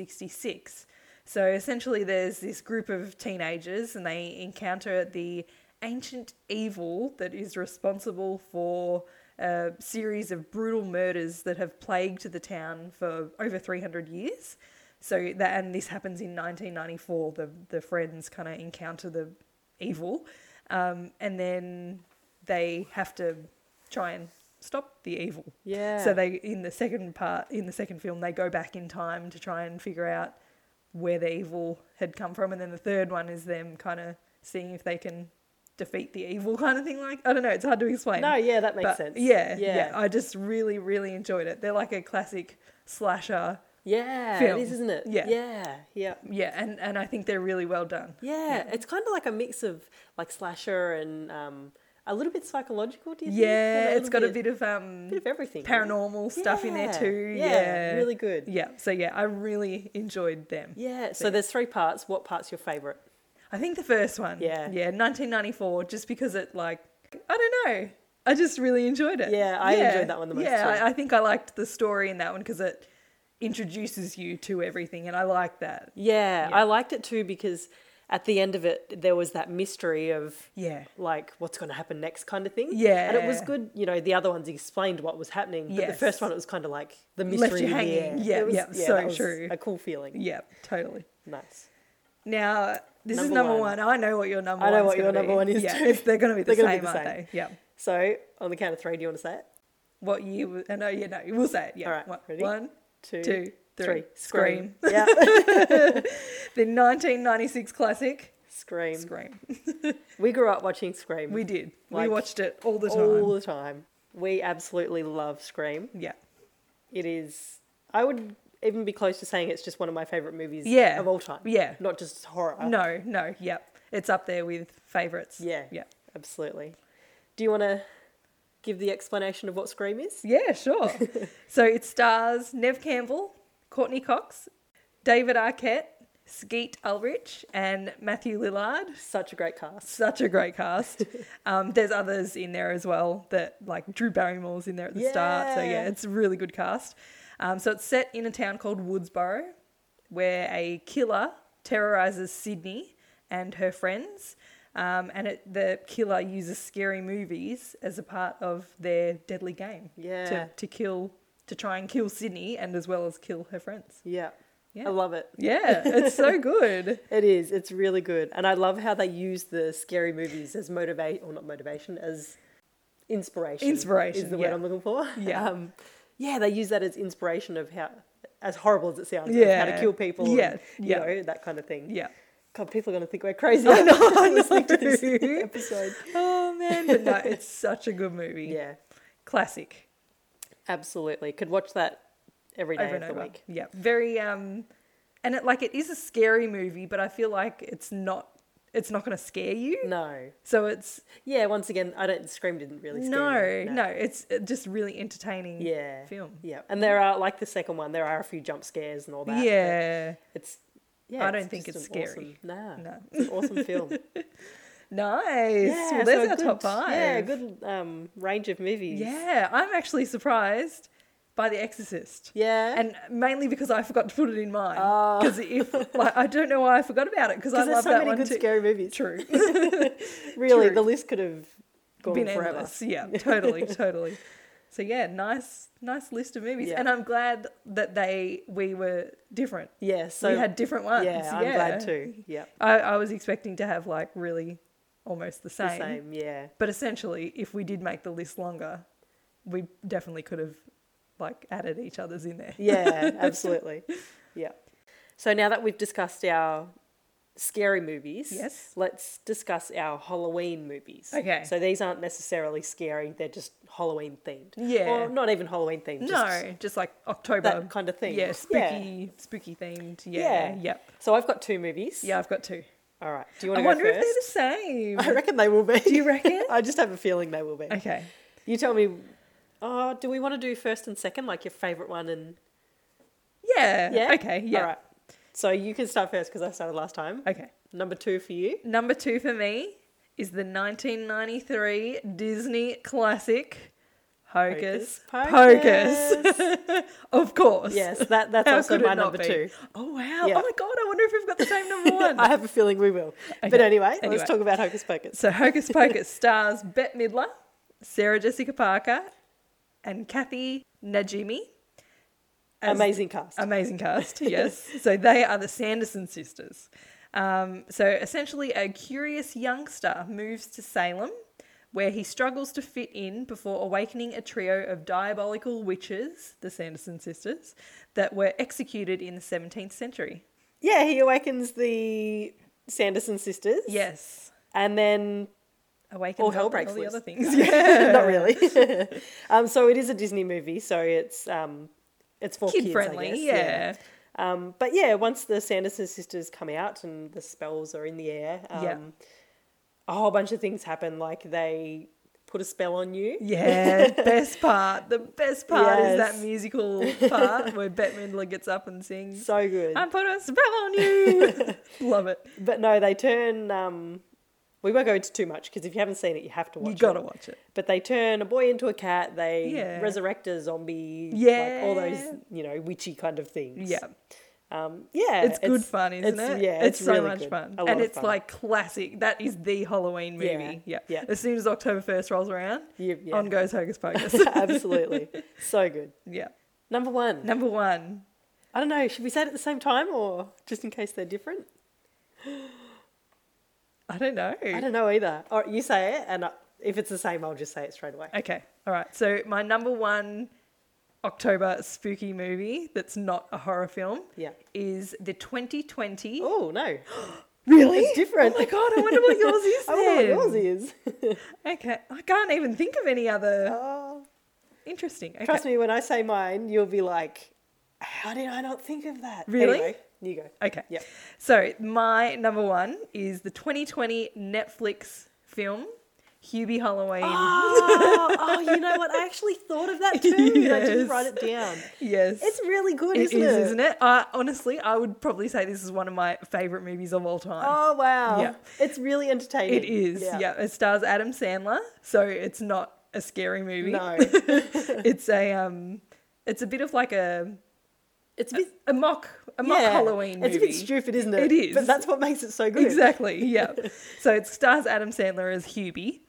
Speaker 2: 1666. So essentially, there's this group of teenagers and they encounter the ancient evil that is responsible for a series of brutal murders that have plagued the town for over 300 years. So that and this happens in 1994. The the friends kind of encounter the evil, um, and then they have to try and stop the evil.
Speaker 1: Yeah.
Speaker 2: So they in the second part in the second film they go back in time to try and figure out where the evil had come from, and then the third one is them kind of seeing if they can defeat the evil kind of thing. Like I don't know, it's hard to explain.
Speaker 1: No, yeah, that makes
Speaker 2: But
Speaker 1: sense.
Speaker 2: Yeah, yeah,
Speaker 1: Yeah.
Speaker 2: I just really, really enjoyed it. They're like a classic slasher.
Speaker 1: Yeah,
Speaker 2: film.
Speaker 1: it is, isn't it?
Speaker 2: Yeah.
Speaker 1: Yeah. Yeah.
Speaker 2: Yeah, and, and I think they're really well done.
Speaker 1: Yeah, it's kind of like a mix of like slasher and um, a little bit psychological. Do you think?
Speaker 2: Yeah,
Speaker 1: There's
Speaker 2: it's got a
Speaker 1: little
Speaker 2: bit of um
Speaker 1: bit of everything.
Speaker 2: paranormal stuff in there
Speaker 1: Yeah,
Speaker 2: too.
Speaker 1: yeah,
Speaker 2: Yeah,
Speaker 1: really good.
Speaker 2: Yeah, so yeah, I really enjoyed them.
Speaker 1: Yeah. So there's three parts. What part's your favorite?
Speaker 2: I think the first one.
Speaker 1: Yeah.
Speaker 2: yeah, 1994, just because it like I don't know. I just really enjoyed it.
Speaker 1: Yeah, I enjoyed that one the most
Speaker 2: Yeah,
Speaker 1: too.
Speaker 2: I, I think I liked the story in that one because it introduces you to everything, and I like that.
Speaker 1: Yeah,
Speaker 2: Yeah.
Speaker 1: I liked it too because at the end of it there was that mystery of
Speaker 2: Yeah,
Speaker 1: like what's going to happen next kind of thing.
Speaker 2: Yeah.
Speaker 1: and it was good. You know, the other ones explained what was happening, but the
Speaker 2: Yes.
Speaker 1: first one it was kind of like the mystery
Speaker 2: Left you
Speaker 1: in the
Speaker 2: hanging.
Speaker 1: air.
Speaker 2: Yeah,
Speaker 1: It was-
Speaker 2: yeah, so
Speaker 1: that was
Speaker 2: true.
Speaker 1: A cool feeling.
Speaker 2: yeah, totally.
Speaker 1: Nice.
Speaker 2: Now this is
Speaker 1: Number
Speaker 2: number
Speaker 1: one.
Speaker 2: one. I know what your number.
Speaker 1: I know
Speaker 2: one's
Speaker 1: what your
Speaker 2: gonna
Speaker 1: number
Speaker 2: be.
Speaker 1: one is
Speaker 2: Yeah,
Speaker 1: too.
Speaker 2: it's- they're going to be the
Speaker 1: They're
Speaker 2: same,
Speaker 1: gonna be the
Speaker 2: aren't
Speaker 1: same.
Speaker 2: they? Yeah.
Speaker 1: So on the count of three, do you want to say it?
Speaker 2: What year? Was, uh, no, yeah, no, we'll say it. Yeah.
Speaker 1: All right,
Speaker 2: What-
Speaker 1: ready?
Speaker 2: One,
Speaker 1: Two,
Speaker 2: two, three.
Speaker 1: three.
Speaker 2: Scream.
Speaker 1: Yeah.
Speaker 2: The 1996 classic
Speaker 1: Scream.
Speaker 2: Scream.
Speaker 1: We grew up watching Scream.
Speaker 2: We did. we
Speaker 1: Like,
Speaker 2: watched it all the time.
Speaker 1: all the time. We absolutely love Scream.
Speaker 2: yeah.
Speaker 1: It is. I would even be close to saying it's just one of my favorite movies.
Speaker 2: Yeah.
Speaker 1: Of all time.
Speaker 2: Yeah.
Speaker 1: Not just horror.
Speaker 2: No, no, yep. It's up there with favorites.
Speaker 1: Yeah.
Speaker 2: Yeah.
Speaker 1: Absolutely. Do you want to give the explanation of what Scream is?
Speaker 2: Yeah, sure. so it stars Nev Campbell, Courtney Cox, David Arquette, Skeet Ulrich, and Matthew Lillard.
Speaker 1: Such a great cast.
Speaker 2: Such a great cast. um, there's others in there as well that like Drew Barrymore's in there at the start. So
Speaker 1: Yeah.
Speaker 2: yeah, it's a really good cast. Um, so it's set in a town called Woodsboro, where a killer terrorizes Sydney and her friends. Um, and it, the killer uses scary movies as a part of their deadly game
Speaker 1: Yeah.
Speaker 2: to, to kill, to try and kill Sydney and as well as kill her friends.
Speaker 1: Yeah.
Speaker 2: Yeah.
Speaker 1: I love it.
Speaker 2: Yeah, it's so good.
Speaker 1: It is. It's really good, and I love how they use the scary movies as motivate or not motivation as inspiration.
Speaker 2: Inspiration,
Speaker 1: is the word
Speaker 2: yeah.
Speaker 1: I'm looking for.
Speaker 2: Yeah.
Speaker 1: um, yeah. They use that as inspiration of how, as horrible as it sounds, of how to
Speaker 2: Yeah.
Speaker 1: kill people.
Speaker 2: Yeah,
Speaker 1: and,
Speaker 2: yeah.
Speaker 1: you know that kind of thing.
Speaker 2: Yeah.
Speaker 1: God, people are going to think we're crazy. I know. listening to this
Speaker 2: know.
Speaker 1: episode.
Speaker 2: Oh man, but no, it's such a good movie.
Speaker 1: Yeah,
Speaker 2: Classic.
Speaker 1: absolutely. Could watch that every day
Speaker 2: Over and
Speaker 1: of the
Speaker 2: over.
Speaker 1: week.
Speaker 2: Yeah. Very um and it like it is a scary movie, but I feel like it's not it's not gonna scare you.
Speaker 1: No.
Speaker 2: So it's
Speaker 1: Yeah. Once again, I don't. Scream didn't really. Scare
Speaker 2: no,
Speaker 1: me.
Speaker 2: no, it's uh, just really entertaining
Speaker 1: Yeah.
Speaker 2: film.
Speaker 1: Yeah. And there are like the second one. There are a few jump scares and all that. but-
Speaker 2: yeah.
Speaker 1: It's yeah.
Speaker 2: I don't think
Speaker 1: just
Speaker 2: it's
Speaker 1: an
Speaker 2: scary.
Speaker 1: Awesome, nah,
Speaker 2: No.
Speaker 1: it's an awesome film.
Speaker 2: Nice.
Speaker 1: Yeah,
Speaker 2: well
Speaker 1: so
Speaker 2: there's
Speaker 1: a
Speaker 2: our
Speaker 1: good-
Speaker 2: top five.
Speaker 1: Yeah, a good um, range of movies.
Speaker 2: Yeah, I'm actually surprised by The Exorcist.
Speaker 1: yeah,
Speaker 2: And mainly because I forgot to put it in mine.
Speaker 1: Oh.
Speaker 2: Because if like, I don't know why I forgot about it because I
Speaker 1: because there's
Speaker 2: love
Speaker 1: so
Speaker 2: that
Speaker 1: many
Speaker 2: one
Speaker 1: good
Speaker 2: too.
Speaker 1: scary movies.
Speaker 2: True.
Speaker 1: Really,
Speaker 2: true.
Speaker 1: the list could have gone
Speaker 2: been
Speaker 1: forever.
Speaker 2: endless. Yeah, totally, totally. So yeah, nice, nice list of movies,
Speaker 1: Yeah.
Speaker 2: and I'm glad that they we were different.
Speaker 1: Yeah, so
Speaker 2: we had different ones.
Speaker 1: yeah, I'm glad too. Yeah,
Speaker 2: I, I was expecting to have like really almost the same,
Speaker 1: the same. Yeah,
Speaker 2: but essentially, if we did make the list longer, we definitely could have like added each other's in there.
Speaker 1: yeah, absolutely. Yeah. So now that we've discussed our scary movies,
Speaker 2: Yes.
Speaker 1: let's discuss our Halloween movies.
Speaker 2: Okay.
Speaker 1: So these aren't necessarily scary; they're just Halloween themed.
Speaker 2: Yeah.
Speaker 1: Or not even Halloween themed. just
Speaker 2: no, just like October
Speaker 1: that kind of thing.
Speaker 2: Yeah,
Speaker 1: Yeah.
Speaker 2: spooky, spooky themed.
Speaker 1: Yeah.
Speaker 2: Yeah, yep,
Speaker 1: So I've got two movies.
Speaker 2: yeah. I've got two.
Speaker 1: All right. Do you
Speaker 2: I
Speaker 1: want to go
Speaker 2: wonder
Speaker 1: first?
Speaker 2: if they're the same.
Speaker 1: I reckon they will be. Do
Speaker 2: you reckon?
Speaker 1: I just have a feeling they will be.
Speaker 2: okay.
Speaker 1: You tell me. Oh, do we want to do first and second, like your favorite one? And
Speaker 2: Yeah.
Speaker 1: yeah.
Speaker 2: Okay. Yeah.
Speaker 1: All right. So you can start first because I started last time.
Speaker 2: Okay.
Speaker 1: Number two for you.
Speaker 2: Number two for me is the 1993 Disney classic Hocus Pocus. of course.
Speaker 1: yes, that that's
Speaker 2: How
Speaker 1: also
Speaker 2: could it
Speaker 1: my
Speaker 2: not
Speaker 1: number
Speaker 2: be?
Speaker 1: two.
Speaker 2: Oh wow!
Speaker 1: Yeah.
Speaker 2: Oh my god! I wonder if we've got the same number one.
Speaker 1: I have a feeling we will. But
Speaker 2: Okay,
Speaker 1: anyway,
Speaker 2: anyway.
Speaker 1: let's talk about Hocus Pocus.
Speaker 2: so Hocus Pocus stars Bette Midler, Sarah Jessica Parker, and Kathy Najimy. as- um,
Speaker 1: Amazing cast.
Speaker 2: Amazing cast, yes. so they are the Sanderson sisters. Um, so essentially, a curious youngster moves to Salem, where he struggles to fit in before awakening a trio of diabolical witches, the Sanderson sisters, that were executed in the 17th century.
Speaker 1: yeah, he awakens the Sanderson sisters.
Speaker 2: Yes.
Speaker 1: And then
Speaker 2: Awaken
Speaker 1: All hell
Speaker 2: all-
Speaker 1: breaks
Speaker 2: all the
Speaker 1: loose.
Speaker 2: other things. Yeah.
Speaker 1: not really. um, so it is a Disney movie, so it's um, it's for
Speaker 2: Kid
Speaker 1: kids,
Speaker 2: friendly,
Speaker 1: I guess.
Speaker 2: yeah.
Speaker 1: Um, but yeah, once the Sanderson sisters come out and the spells are in the air, um,
Speaker 2: Yeah.
Speaker 1: a whole bunch of things happen. Like they put a spell on you.
Speaker 2: Yeah, best part. The best part is that
Speaker 1: Yes.
Speaker 2: musical part where Bette Midler gets up and sings.
Speaker 1: So good.
Speaker 2: I put a spell on you. Love it.
Speaker 1: but no, they turn. Um, we won't go into too much because if you haven't seen it, you have to watch
Speaker 2: you gotta
Speaker 1: it.
Speaker 2: watch it.
Speaker 1: But they turn a boy into a cat. They
Speaker 2: Yeah.
Speaker 1: resurrect a zombie. Like all
Speaker 2: Yeah.
Speaker 1: those, you know, witchy kind of things.
Speaker 2: Yeah,
Speaker 1: Um, yeah.
Speaker 2: it's good fun, isn't
Speaker 1: it's-
Speaker 2: it?
Speaker 1: Yeah.
Speaker 2: it's, so
Speaker 1: really
Speaker 2: much
Speaker 1: good.
Speaker 2: fun,
Speaker 1: A lot
Speaker 2: and
Speaker 1: of
Speaker 2: it's
Speaker 1: fun.
Speaker 2: like classic. That is the Halloween
Speaker 1: Yeah,
Speaker 2: movie. Yeah,
Speaker 1: yeah.
Speaker 2: As soon as October first rolls around,
Speaker 1: You- yeah.
Speaker 2: on goes Hocus Pocus.
Speaker 1: Absolutely. So good.
Speaker 2: yeah,
Speaker 1: Number one.
Speaker 2: number one.
Speaker 1: I don't know. Should we say it at the same time or just in case they're different?
Speaker 2: I don't know.
Speaker 1: I don't know either. Or you say it, and I, if it's the same, I'll just say it straight away.
Speaker 2: Okay, all right. So my number one October spooky movie that's not a horror film
Speaker 1: Yeah.
Speaker 2: is the 2020.
Speaker 1: Oh no!
Speaker 2: really?
Speaker 1: It's different.
Speaker 2: Oh my god! I wonder what yours is.
Speaker 1: I wonder
Speaker 2: then.
Speaker 1: what yours is.
Speaker 2: Okay, I can't even think of any other
Speaker 1: Oh.
Speaker 2: interesting. Okay.
Speaker 1: Trust me, when I say mine, you'll be like, "How did I not think of that?"
Speaker 2: Really?
Speaker 1: Anyway, you go.
Speaker 2: Okay.
Speaker 1: Yep.
Speaker 2: So my number one is the 2020 Netflix film Hubie Halloween.
Speaker 1: Oh, oh, you know what? I actually thought of that too. I
Speaker 2: Yes.
Speaker 1: didn't write it down.
Speaker 2: yes.
Speaker 1: It's really good,
Speaker 2: It
Speaker 1: isn't
Speaker 2: is,
Speaker 1: it?
Speaker 2: isn't it? I honestly, I would probably say this is one of my favorite movies of all time.
Speaker 1: Oh wow!
Speaker 2: Yeah.
Speaker 1: It's really entertaining.
Speaker 2: It is. Yeah. It stars Adam Sandler, so it's not a scary movie.
Speaker 1: No,
Speaker 2: it's a um, it's a bit of like a
Speaker 1: it's a bit
Speaker 2: a mock a mock
Speaker 1: yeah.
Speaker 2: Halloween movie.
Speaker 1: It's a bit stupid, isn't it?
Speaker 2: It is.
Speaker 1: But that's what makes it so good.
Speaker 2: Exactly. Yeah. so it stars Adam Sandler as Hubie,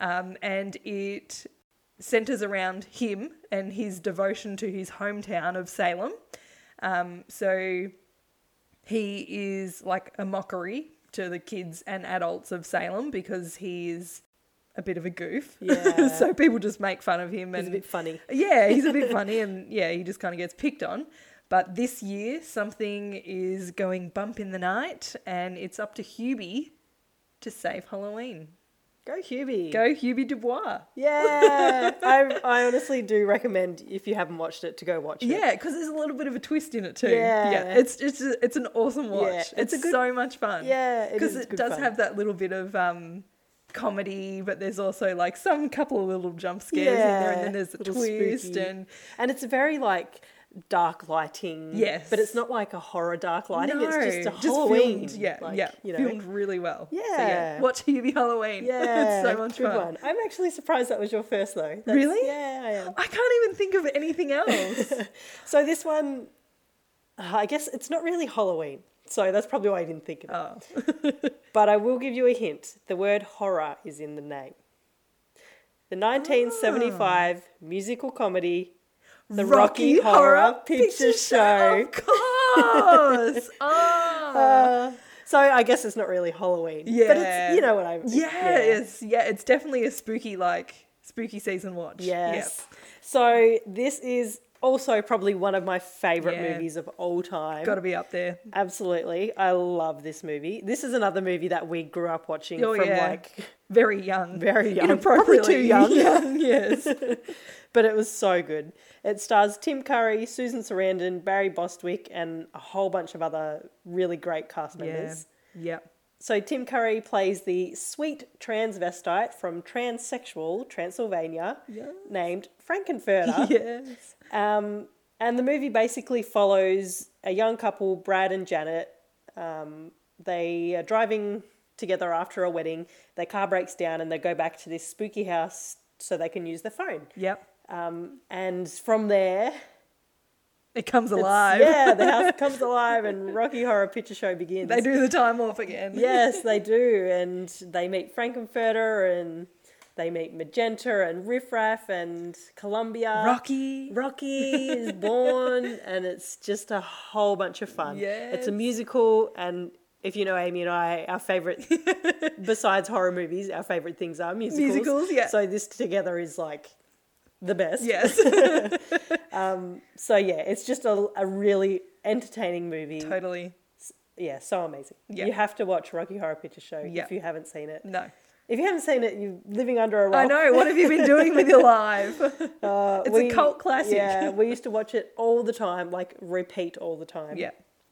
Speaker 2: um, and it centers around him and his devotion to his hometown of Salem. Um, so he is like a mockery to the kids and adults of Salem because he is a bit of a goof.
Speaker 1: Yeah.
Speaker 2: so people just make fun of him
Speaker 1: It's
Speaker 2: and
Speaker 1: a bit funny.
Speaker 2: yeah, he's a bit funny and yeah, he just kind of gets picked on. But this year, something is going bump in the night, and it's up to Hubie to save Halloween.
Speaker 1: Go Hubie.
Speaker 2: Go Hubie Dubois.
Speaker 1: Yeah. I, I honestly do recommend if you haven't watched it to go watch it.
Speaker 2: Yeah, because there's a little bit of a twist in it too.
Speaker 1: Yeah.
Speaker 2: it's it's a, it's an awesome watch.
Speaker 1: Yeah,
Speaker 2: it's
Speaker 1: it's a good-
Speaker 2: so much fun.
Speaker 1: Yeah, it
Speaker 2: because
Speaker 1: is
Speaker 2: it,
Speaker 1: good
Speaker 2: does
Speaker 1: fun.
Speaker 2: have that little bit of um, comedy, but there's also like some couple of little jump scares in there, and
Speaker 1: Yeah,
Speaker 2: then there's a
Speaker 1: little
Speaker 2: twist
Speaker 1: spooky.
Speaker 2: and
Speaker 1: And it's very like dark lighting.
Speaker 2: Yes.
Speaker 1: But it's not like a horror dark lighting. it's just a
Speaker 2: No,
Speaker 1: Halloween.
Speaker 2: Filmed, yeah,
Speaker 1: like,
Speaker 2: yeah,
Speaker 1: You know.
Speaker 2: filmed really well. So,
Speaker 1: Yeah.
Speaker 2: watch Hubie Halloween.
Speaker 1: Yeah.
Speaker 2: it's so much
Speaker 1: good
Speaker 2: fun.
Speaker 1: one. I'm actually surprised that was your first though. That's-
Speaker 2: Really?
Speaker 1: Yeah, I am.
Speaker 2: I can't even think of anything else.
Speaker 1: So this one, uh, I guess it's not really Halloween. So that's probably why I didn't think of it.
Speaker 2: oh,
Speaker 1: But I will give you a hint. The word horror is in the name. The 1975
Speaker 2: Ah.
Speaker 1: musical comedy, The Rocky, Horror, Picture, Show.
Speaker 2: Of course. oh.
Speaker 1: Uh, so I guess it's not really Halloween. But
Speaker 2: Yeah.
Speaker 1: it's, you know what I mean.
Speaker 2: Yeah, it's yeah, it's definitely a spooky like spooky season watch. Yeah.
Speaker 1: Yes. So this is also probably one of my favourite
Speaker 2: Yeah.
Speaker 1: movies of all time.
Speaker 2: Got to be up there.
Speaker 1: Absolutely. I love this movie. This is another movie that we grew up watching
Speaker 2: Oh,
Speaker 1: from
Speaker 2: yeah.
Speaker 1: like
Speaker 2: Very young.
Speaker 1: very young. Probably too
Speaker 2: Inappropriately
Speaker 1: young.
Speaker 2: young yes.
Speaker 1: But it was so good. It stars Tim Curry, Susan Sarandon, Barry Bostwick, and a whole bunch of other really great cast
Speaker 2: yeah.
Speaker 1: members.
Speaker 2: Yeah.
Speaker 1: So Tim Curry plays the sweet transvestite from transsexual Transylvania
Speaker 2: Yes.
Speaker 1: named Frankenfurter.
Speaker 2: Yes.
Speaker 1: Um, and the movie basically follows a young couple, Brad and Janet. Um, they are driving together after a wedding. Their car breaks down and they go back to this spooky house so they can use their phone.
Speaker 2: Yep.
Speaker 1: Um, and from there,
Speaker 2: It comes
Speaker 1: it's-
Speaker 2: alive.
Speaker 1: yeah, the house comes alive and Rocky Horror Picture Show begins.
Speaker 2: They do the time off again.
Speaker 1: Yes, they do. And they meet Frankenfurter and They meet Magenta and Riffraff and Columbia.
Speaker 2: Rocky.
Speaker 1: Rocky is born, and it's just a whole bunch of fun. It's a
Speaker 2: Yes.
Speaker 1: musical, and if you know Amy and I, our favorite, besides horror movies, our favorite things are musicals.
Speaker 2: Musicals, yeah.
Speaker 1: So this together is like the best.
Speaker 2: Yes.
Speaker 1: So yeah, it's just a, a really entertaining movie.
Speaker 2: totally.
Speaker 1: Yeah, so amazing.
Speaker 2: Yeah.
Speaker 1: You have to watch Rocky Horror Picture Show
Speaker 2: Yeah.
Speaker 1: if you haven't seen it.
Speaker 2: No.
Speaker 1: If you haven't seen it, you're living under a rock.
Speaker 2: I know. What have you been doing with your life?
Speaker 1: Uh,
Speaker 2: It's a cult classic.
Speaker 1: Yeah, we used to watch it all the time, like repeat all the time.
Speaker 2: Yeah,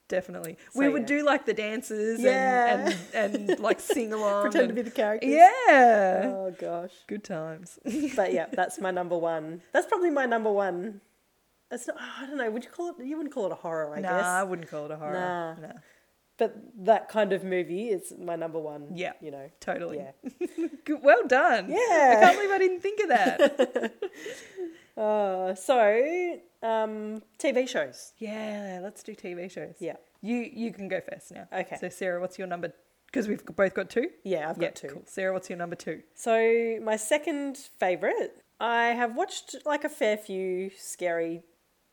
Speaker 2: definitely.
Speaker 1: So,
Speaker 2: we would
Speaker 1: yeah.
Speaker 2: do like the dances
Speaker 1: Yeah.
Speaker 2: and, and, and like sing along.
Speaker 1: Pretend to
Speaker 2: and-
Speaker 1: be the characters.
Speaker 2: Yeah.
Speaker 1: Oh gosh.
Speaker 2: Good times.
Speaker 1: But yeah, that's my number one. That's probably my number one. It's not. I don't know. Would you call it? You wouldn't call it a horror, I
Speaker 2: nah, I
Speaker 1: guess.
Speaker 2: wouldn't call it a horror.
Speaker 1: Nah.
Speaker 2: Nah.
Speaker 1: But that kind of movie is my number one.
Speaker 2: Yeah.
Speaker 1: You know.
Speaker 2: Totally.
Speaker 1: Yeah.
Speaker 2: Good, well done. I
Speaker 1: Yeah.
Speaker 2: can't believe I didn't think of that.
Speaker 1: Uh, so, um, TV shows.
Speaker 2: yeah, let's do TV shows.
Speaker 1: Yeah.
Speaker 2: You you can go first now.
Speaker 1: Okay.
Speaker 2: So Sarah, what's your number? Because we've both got two.
Speaker 1: Yeah, I've got
Speaker 2: Yeah,
Speaker 1: two.
Speaker 2: cool. Sarah, what's your number two?
Speaker 1: So, my second favorite, I have watched like a fair few scary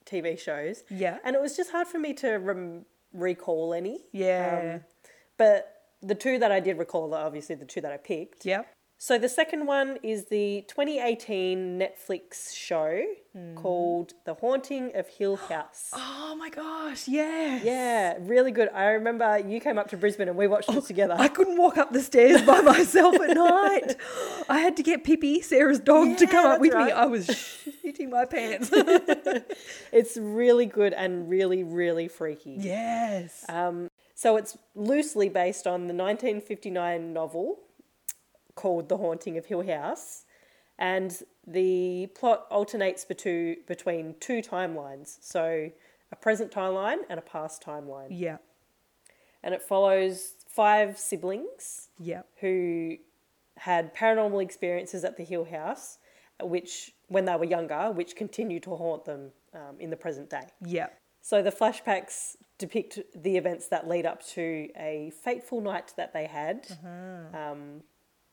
Speaker 1: TV shows,
Speaker 2: Yeah.
Speaker 1: and it was just hard for me to rem- recall any.
Speaker 2: Yeah.
Speaker 1: Um, but the two that I did recall are obviously the two that I picked.
Speaker 2: yep.
Speaker 1: So, the second one is the 2018 Netflix show called The Haunting of Hill House.
Speaker 2: Hmm. Oh my gosh. Yes. Oh,
Speaker 1: Yeah, really good. I remember you came up to Brisbane and we watched it together.
Speaker 2: I couldn't walk up the stairs by myself at night. I had to get Pippi, Sarah's dog, to
Speaker 1: Yeah,
Speaker 2: come up
Speaker 1: that's
Speaker 2: with me.
Speaker 1: right.
Speaker 2: I was shitting my pants.
Speaker 1: It's really good and really, really freaky.
Speaker 2: yes.
Speaker 1: Um, so it's loosely based on the 1959 novel called The Haunting of Hill House, and the plot alternates betu- between two timelines. So a present timeline and a past timeline.
Speaker 2: yeah.
Speaker 1: And it follows five siblings
Speaker 2: Yeah.
Speaker 1: who had paranormal experiences at the Hill House, which, when they were younger, which continue to haunt them um, in the present day.
Speaker 2: Yeah.
Speaker 1: So the flashbacks depict the events that lead up to a fateful night that they had,
Speaker 2: Mm-hmm.
Speaker 1: um,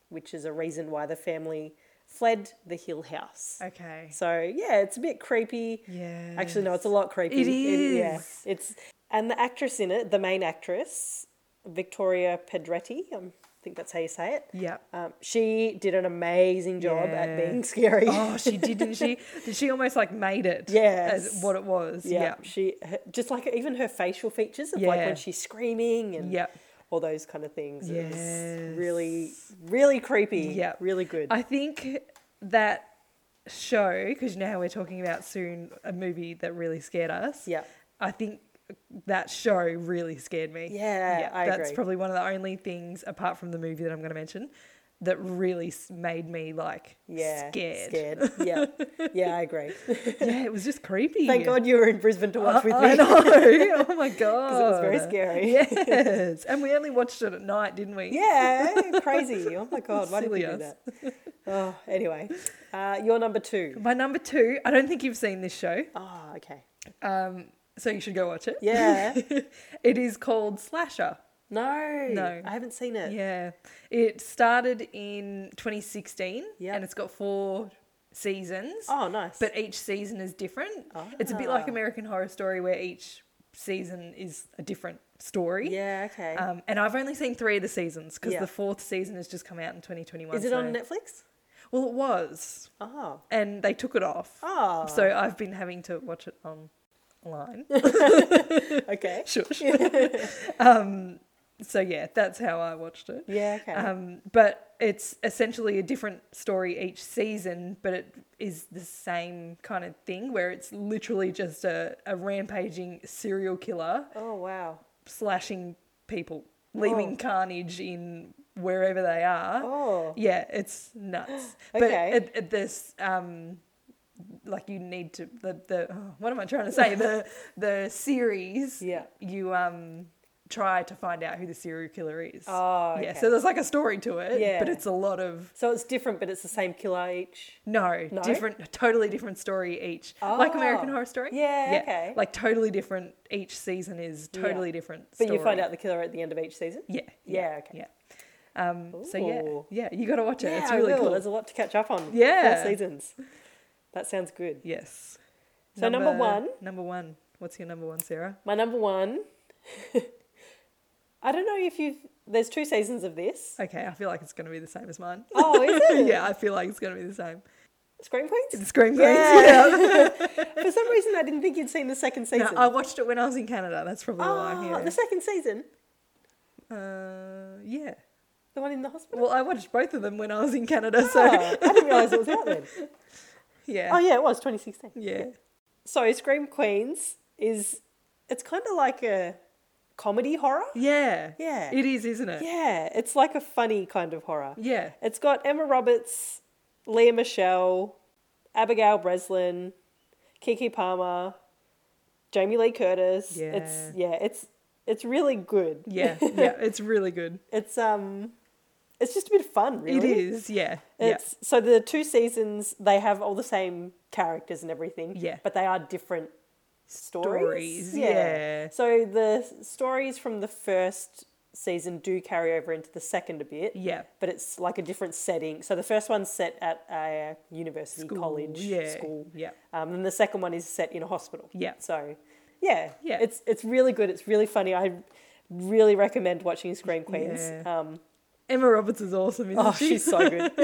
Speaker 1: which is a reason why the family fled the Hill House.
Speaker 2: Okay.
Speaker 1: So yeah, it's a bit creepy.
Speaker 2: Yeah.
Speaker 1: Actually, no, it's a lot creepy.
Speaker 2: It
Speaker 1: yeah.
Speaker 2: is.
Speaker 1: It's and the actress in it, the main actress, Victoria Pedretti. Um, I think that's how you say it.
Speaker 2: Yeah.
Speaker 1: Um, she did an amazing job at
Speaker 2: Yeah.
Speaker 1: being scary.
Speaker 2: Oh, she did, didn't she? She almost like made it.
Speaker 1: Yes.
Speaker 2: As what it was.
Speaker 1: Yeah,
Speaker 2: Yeah.
Speaker 1: she her, just like even her facial features of like
Speaker 2: Yeah.
Speaker 1: when she's screaming and
Speaker 2: Yeah.
Speaker 1: all those kind of things. It was really,
Speaker 2: Yes.
Speaker 1: really creepy.
Speaker 2: Yeah.
Speaker 1: really good.
Speaker 2: I think that show, because now we're talking about soon a movie that really scared us.
Speaker 1: yeah,
Speaker 2: I think that show really scared me.
Speaker 1: Yeah, I
Speaker 2: that's
Speaker 1: agree.
Speaker 2: probably one of the only things apart from the movie that I'm going to mention that really s- made me like
Speaker 1: yeah,
Speaker 2: scared.
Speaker 1: scared. Yeah, yeah, I agree.
Speaker 2: yeah, it was just creepy.
Speaker 1: Thank God you were in Brisbane to
Speaker 2: I,
Speaker 1: watch with me.
Speaker 2: I know. Oh my god,
Speaker 1: Because it was very scary.
Speaker 2: Yes, and we only watched it at night, didn't we?
Speaker 1: Yeah, crazy. Oh my God, why did we
Speaker 2: Silly
Speaker 1: do
Speaker 2: us.
Speaker 1: that? Oh, anyway, uh, you're number two.
Speaker 2: My number two. I don't think you've seen this show,
Speaker 1: Ah, okay.
Speaker 2: um, so you should go watch it.
Speaker 1: Yeah.
Speaker 2: it is called Slasher.
Speaker 1: No,
Speaker 2: No.
Speaker 1: I haven't seen it.
Speaker 2: Yeah. It started in 2016
Speaker 1: Yeah.
Speaker 2: and it's got four seasons,
Speaker 1: Oh, nice.
Speaker 2: but each season is different. It's a bit like
Speaker 1: Ah.
Speaker 2: American Horror Story where each season is a different story.
Speaker 1: yeah, okay.
Speaker 2: Um, and I've only seen three of the seasons because
Speaker 1: Yeah.
Speaker 2: the fourth season has just come out in 2021.
Speaker 1: is it
Speaker 2: so-
Speaker 1: on Netflix?
Speaker 2: Well, it was,
Speaker 1: Oh,
Speaker 2: and they took it off.
Speaker 1: oh,
Speaker 2: So I've been having to watch it online.
Speaker 1: Ah, okay.
Speaker 2: Shush. um, so yeah, that's how I watched it.
Speaker 1: Yeah, okay.
Speaker 2: Um, but it's essentially a different story each season, but it is the same kind of thing where it's literally just a, a rampaging serial killer
Speaker 1: oh wow.
Speaker 2: slashing people, leaving carnage in wherever they are.
Speaker 1: Oh.
Speaker 2: Yeah, it's nuts.
Speaker 1: Okay.
Speaker 2: But at, at this, um, like you need to the the oh, what am I trying to say the the series.
Speaker 1: Yeah.
Speaker 2: You um try to find out who the serial killer is.
Speaker 1: Oh,
Speaker 2: yeah.
Speaker 1: okay.
Speaker 2: So there's like a story to it. But
Speaker 1: Yeah.
Speaker 2: it's a lot of
Speaker 1: So it's different, but it's the same killer each.
Speaker 2: no,
Speaker 1: No?
Speaker 2: different, totally different story each. Like American
Speaker 1: Oh.
Speaker 2: Horror Story.
Speaker 1: Yeah, okay.
Speaker 2: Like totally different. Each season is
Speaker 1: Yeah.
Speaker 2: totally different.
Speaker 1: But you find
Speaker 2: story.
Speaker 1: out the killer at the end of each season.
Speaker 2: Yeah.
Speaker 1: Yeah, okay.
Speaker 2: Yeah. Um, so yeah,
Speaker 1: Ooh.
Speaker 2: yeah, you got to watch it.
Speaker 1: Yeah,
Speaker 2: it's
Speaker 1: I
Speaker 2: really
Speaker 1: will.
Speaker 2: cool.
Speaker 1: There's a lot to catch up on.
Speaker 2: Yeah.
Speaker 1: Four seasons. That sounds good.
Speaker 2: Yes.
Speaker 1: So number one-
Speaker 2: Number one. What's your number one, Sarah?
Speaker 1: My number one. I don't know if you've. There's two seasons of this.
Speaker 2: Okay, I feel like it's going to be the same as mine.
Speaker 1: Oh, is it?
Speaker 2: yeah, I feel like it's going to be the same.
Speaker 1: Scream Queens?
Speaker 2: It's Scream Queens.
Speaker 1: Yeah. For some reason, I didn't think you'd seen the second
Speaker 2: No,
Speaker 1: season.
Speaker 2: I watched it when I was in Canada. That's probably
Speaker 1: oh,
Speaker 2: why.
Speaker 1: the second season?
Speaker 2: Yeah. Uh, yeah.
Speaker 1: The one in the hospital?
Speaker 2: Well, I watched both of them when I was in Canada. So
Speaker 1: Oh, I didn't realise it was out then.
Speaker 2: yeah.
Speaker 1: Oh, yeah, it was 2016.
Speaker 2: yeah.
Speaker 1: So Scream Queens is. It's kind of like a comedy horror.
Speaker 2: Yeah.
Speaker 1: Yeah.
Speaker 2: It is, isn't it?
Speaker 1: Yeah, it's like a funny kind of horror.
Speaker 2: Yeah.
Speaker 1: It's got Emma Roberts, Leah Michelle, Abigail Breslin, Kiki Palmer, Jamie Lee Curtis. It's yeah, it's it's really good.
Speaker 2: Yeah. Yeah. It's really good.
Speaker 1: It's um it's just a bit of fun, really.
Speaker 2: It is. Yeah.
Speaker 1: It's so the two seasons they have all the same characters and everything.
Speaker 2: Yeah.
Speaker 1: But they are different stories.
Speaker 2: Stories, yeah.
Speaker 1: So the s- stories from the first season do carry over into the second a bit
Speaker 2: yeah. Yeah.
Speaker 1: but it's like a different setting. So the first one's set at a university,
Speaker 2: School,
Speaker 1: college,
Speaker 2: yeah,
Speaker 1: school.
Speaker 2: yeah.
Speaker 1: Um, and the second one is set in a hospital.
Speaker 2: Yeah.
Speaker 1: So, yeah,
Speaker 2: Yeah.
Speaker 1: It's it's really good. It's really funny. I really recommend watching Scream Queens.
Speaker 2: Yeah.
Speaker 1: Um,
Speaker 2: Emma Roberts is awesome, isn't
Speaker 1: oh,
Speaker 2: she?
Speaker 1: she's so good.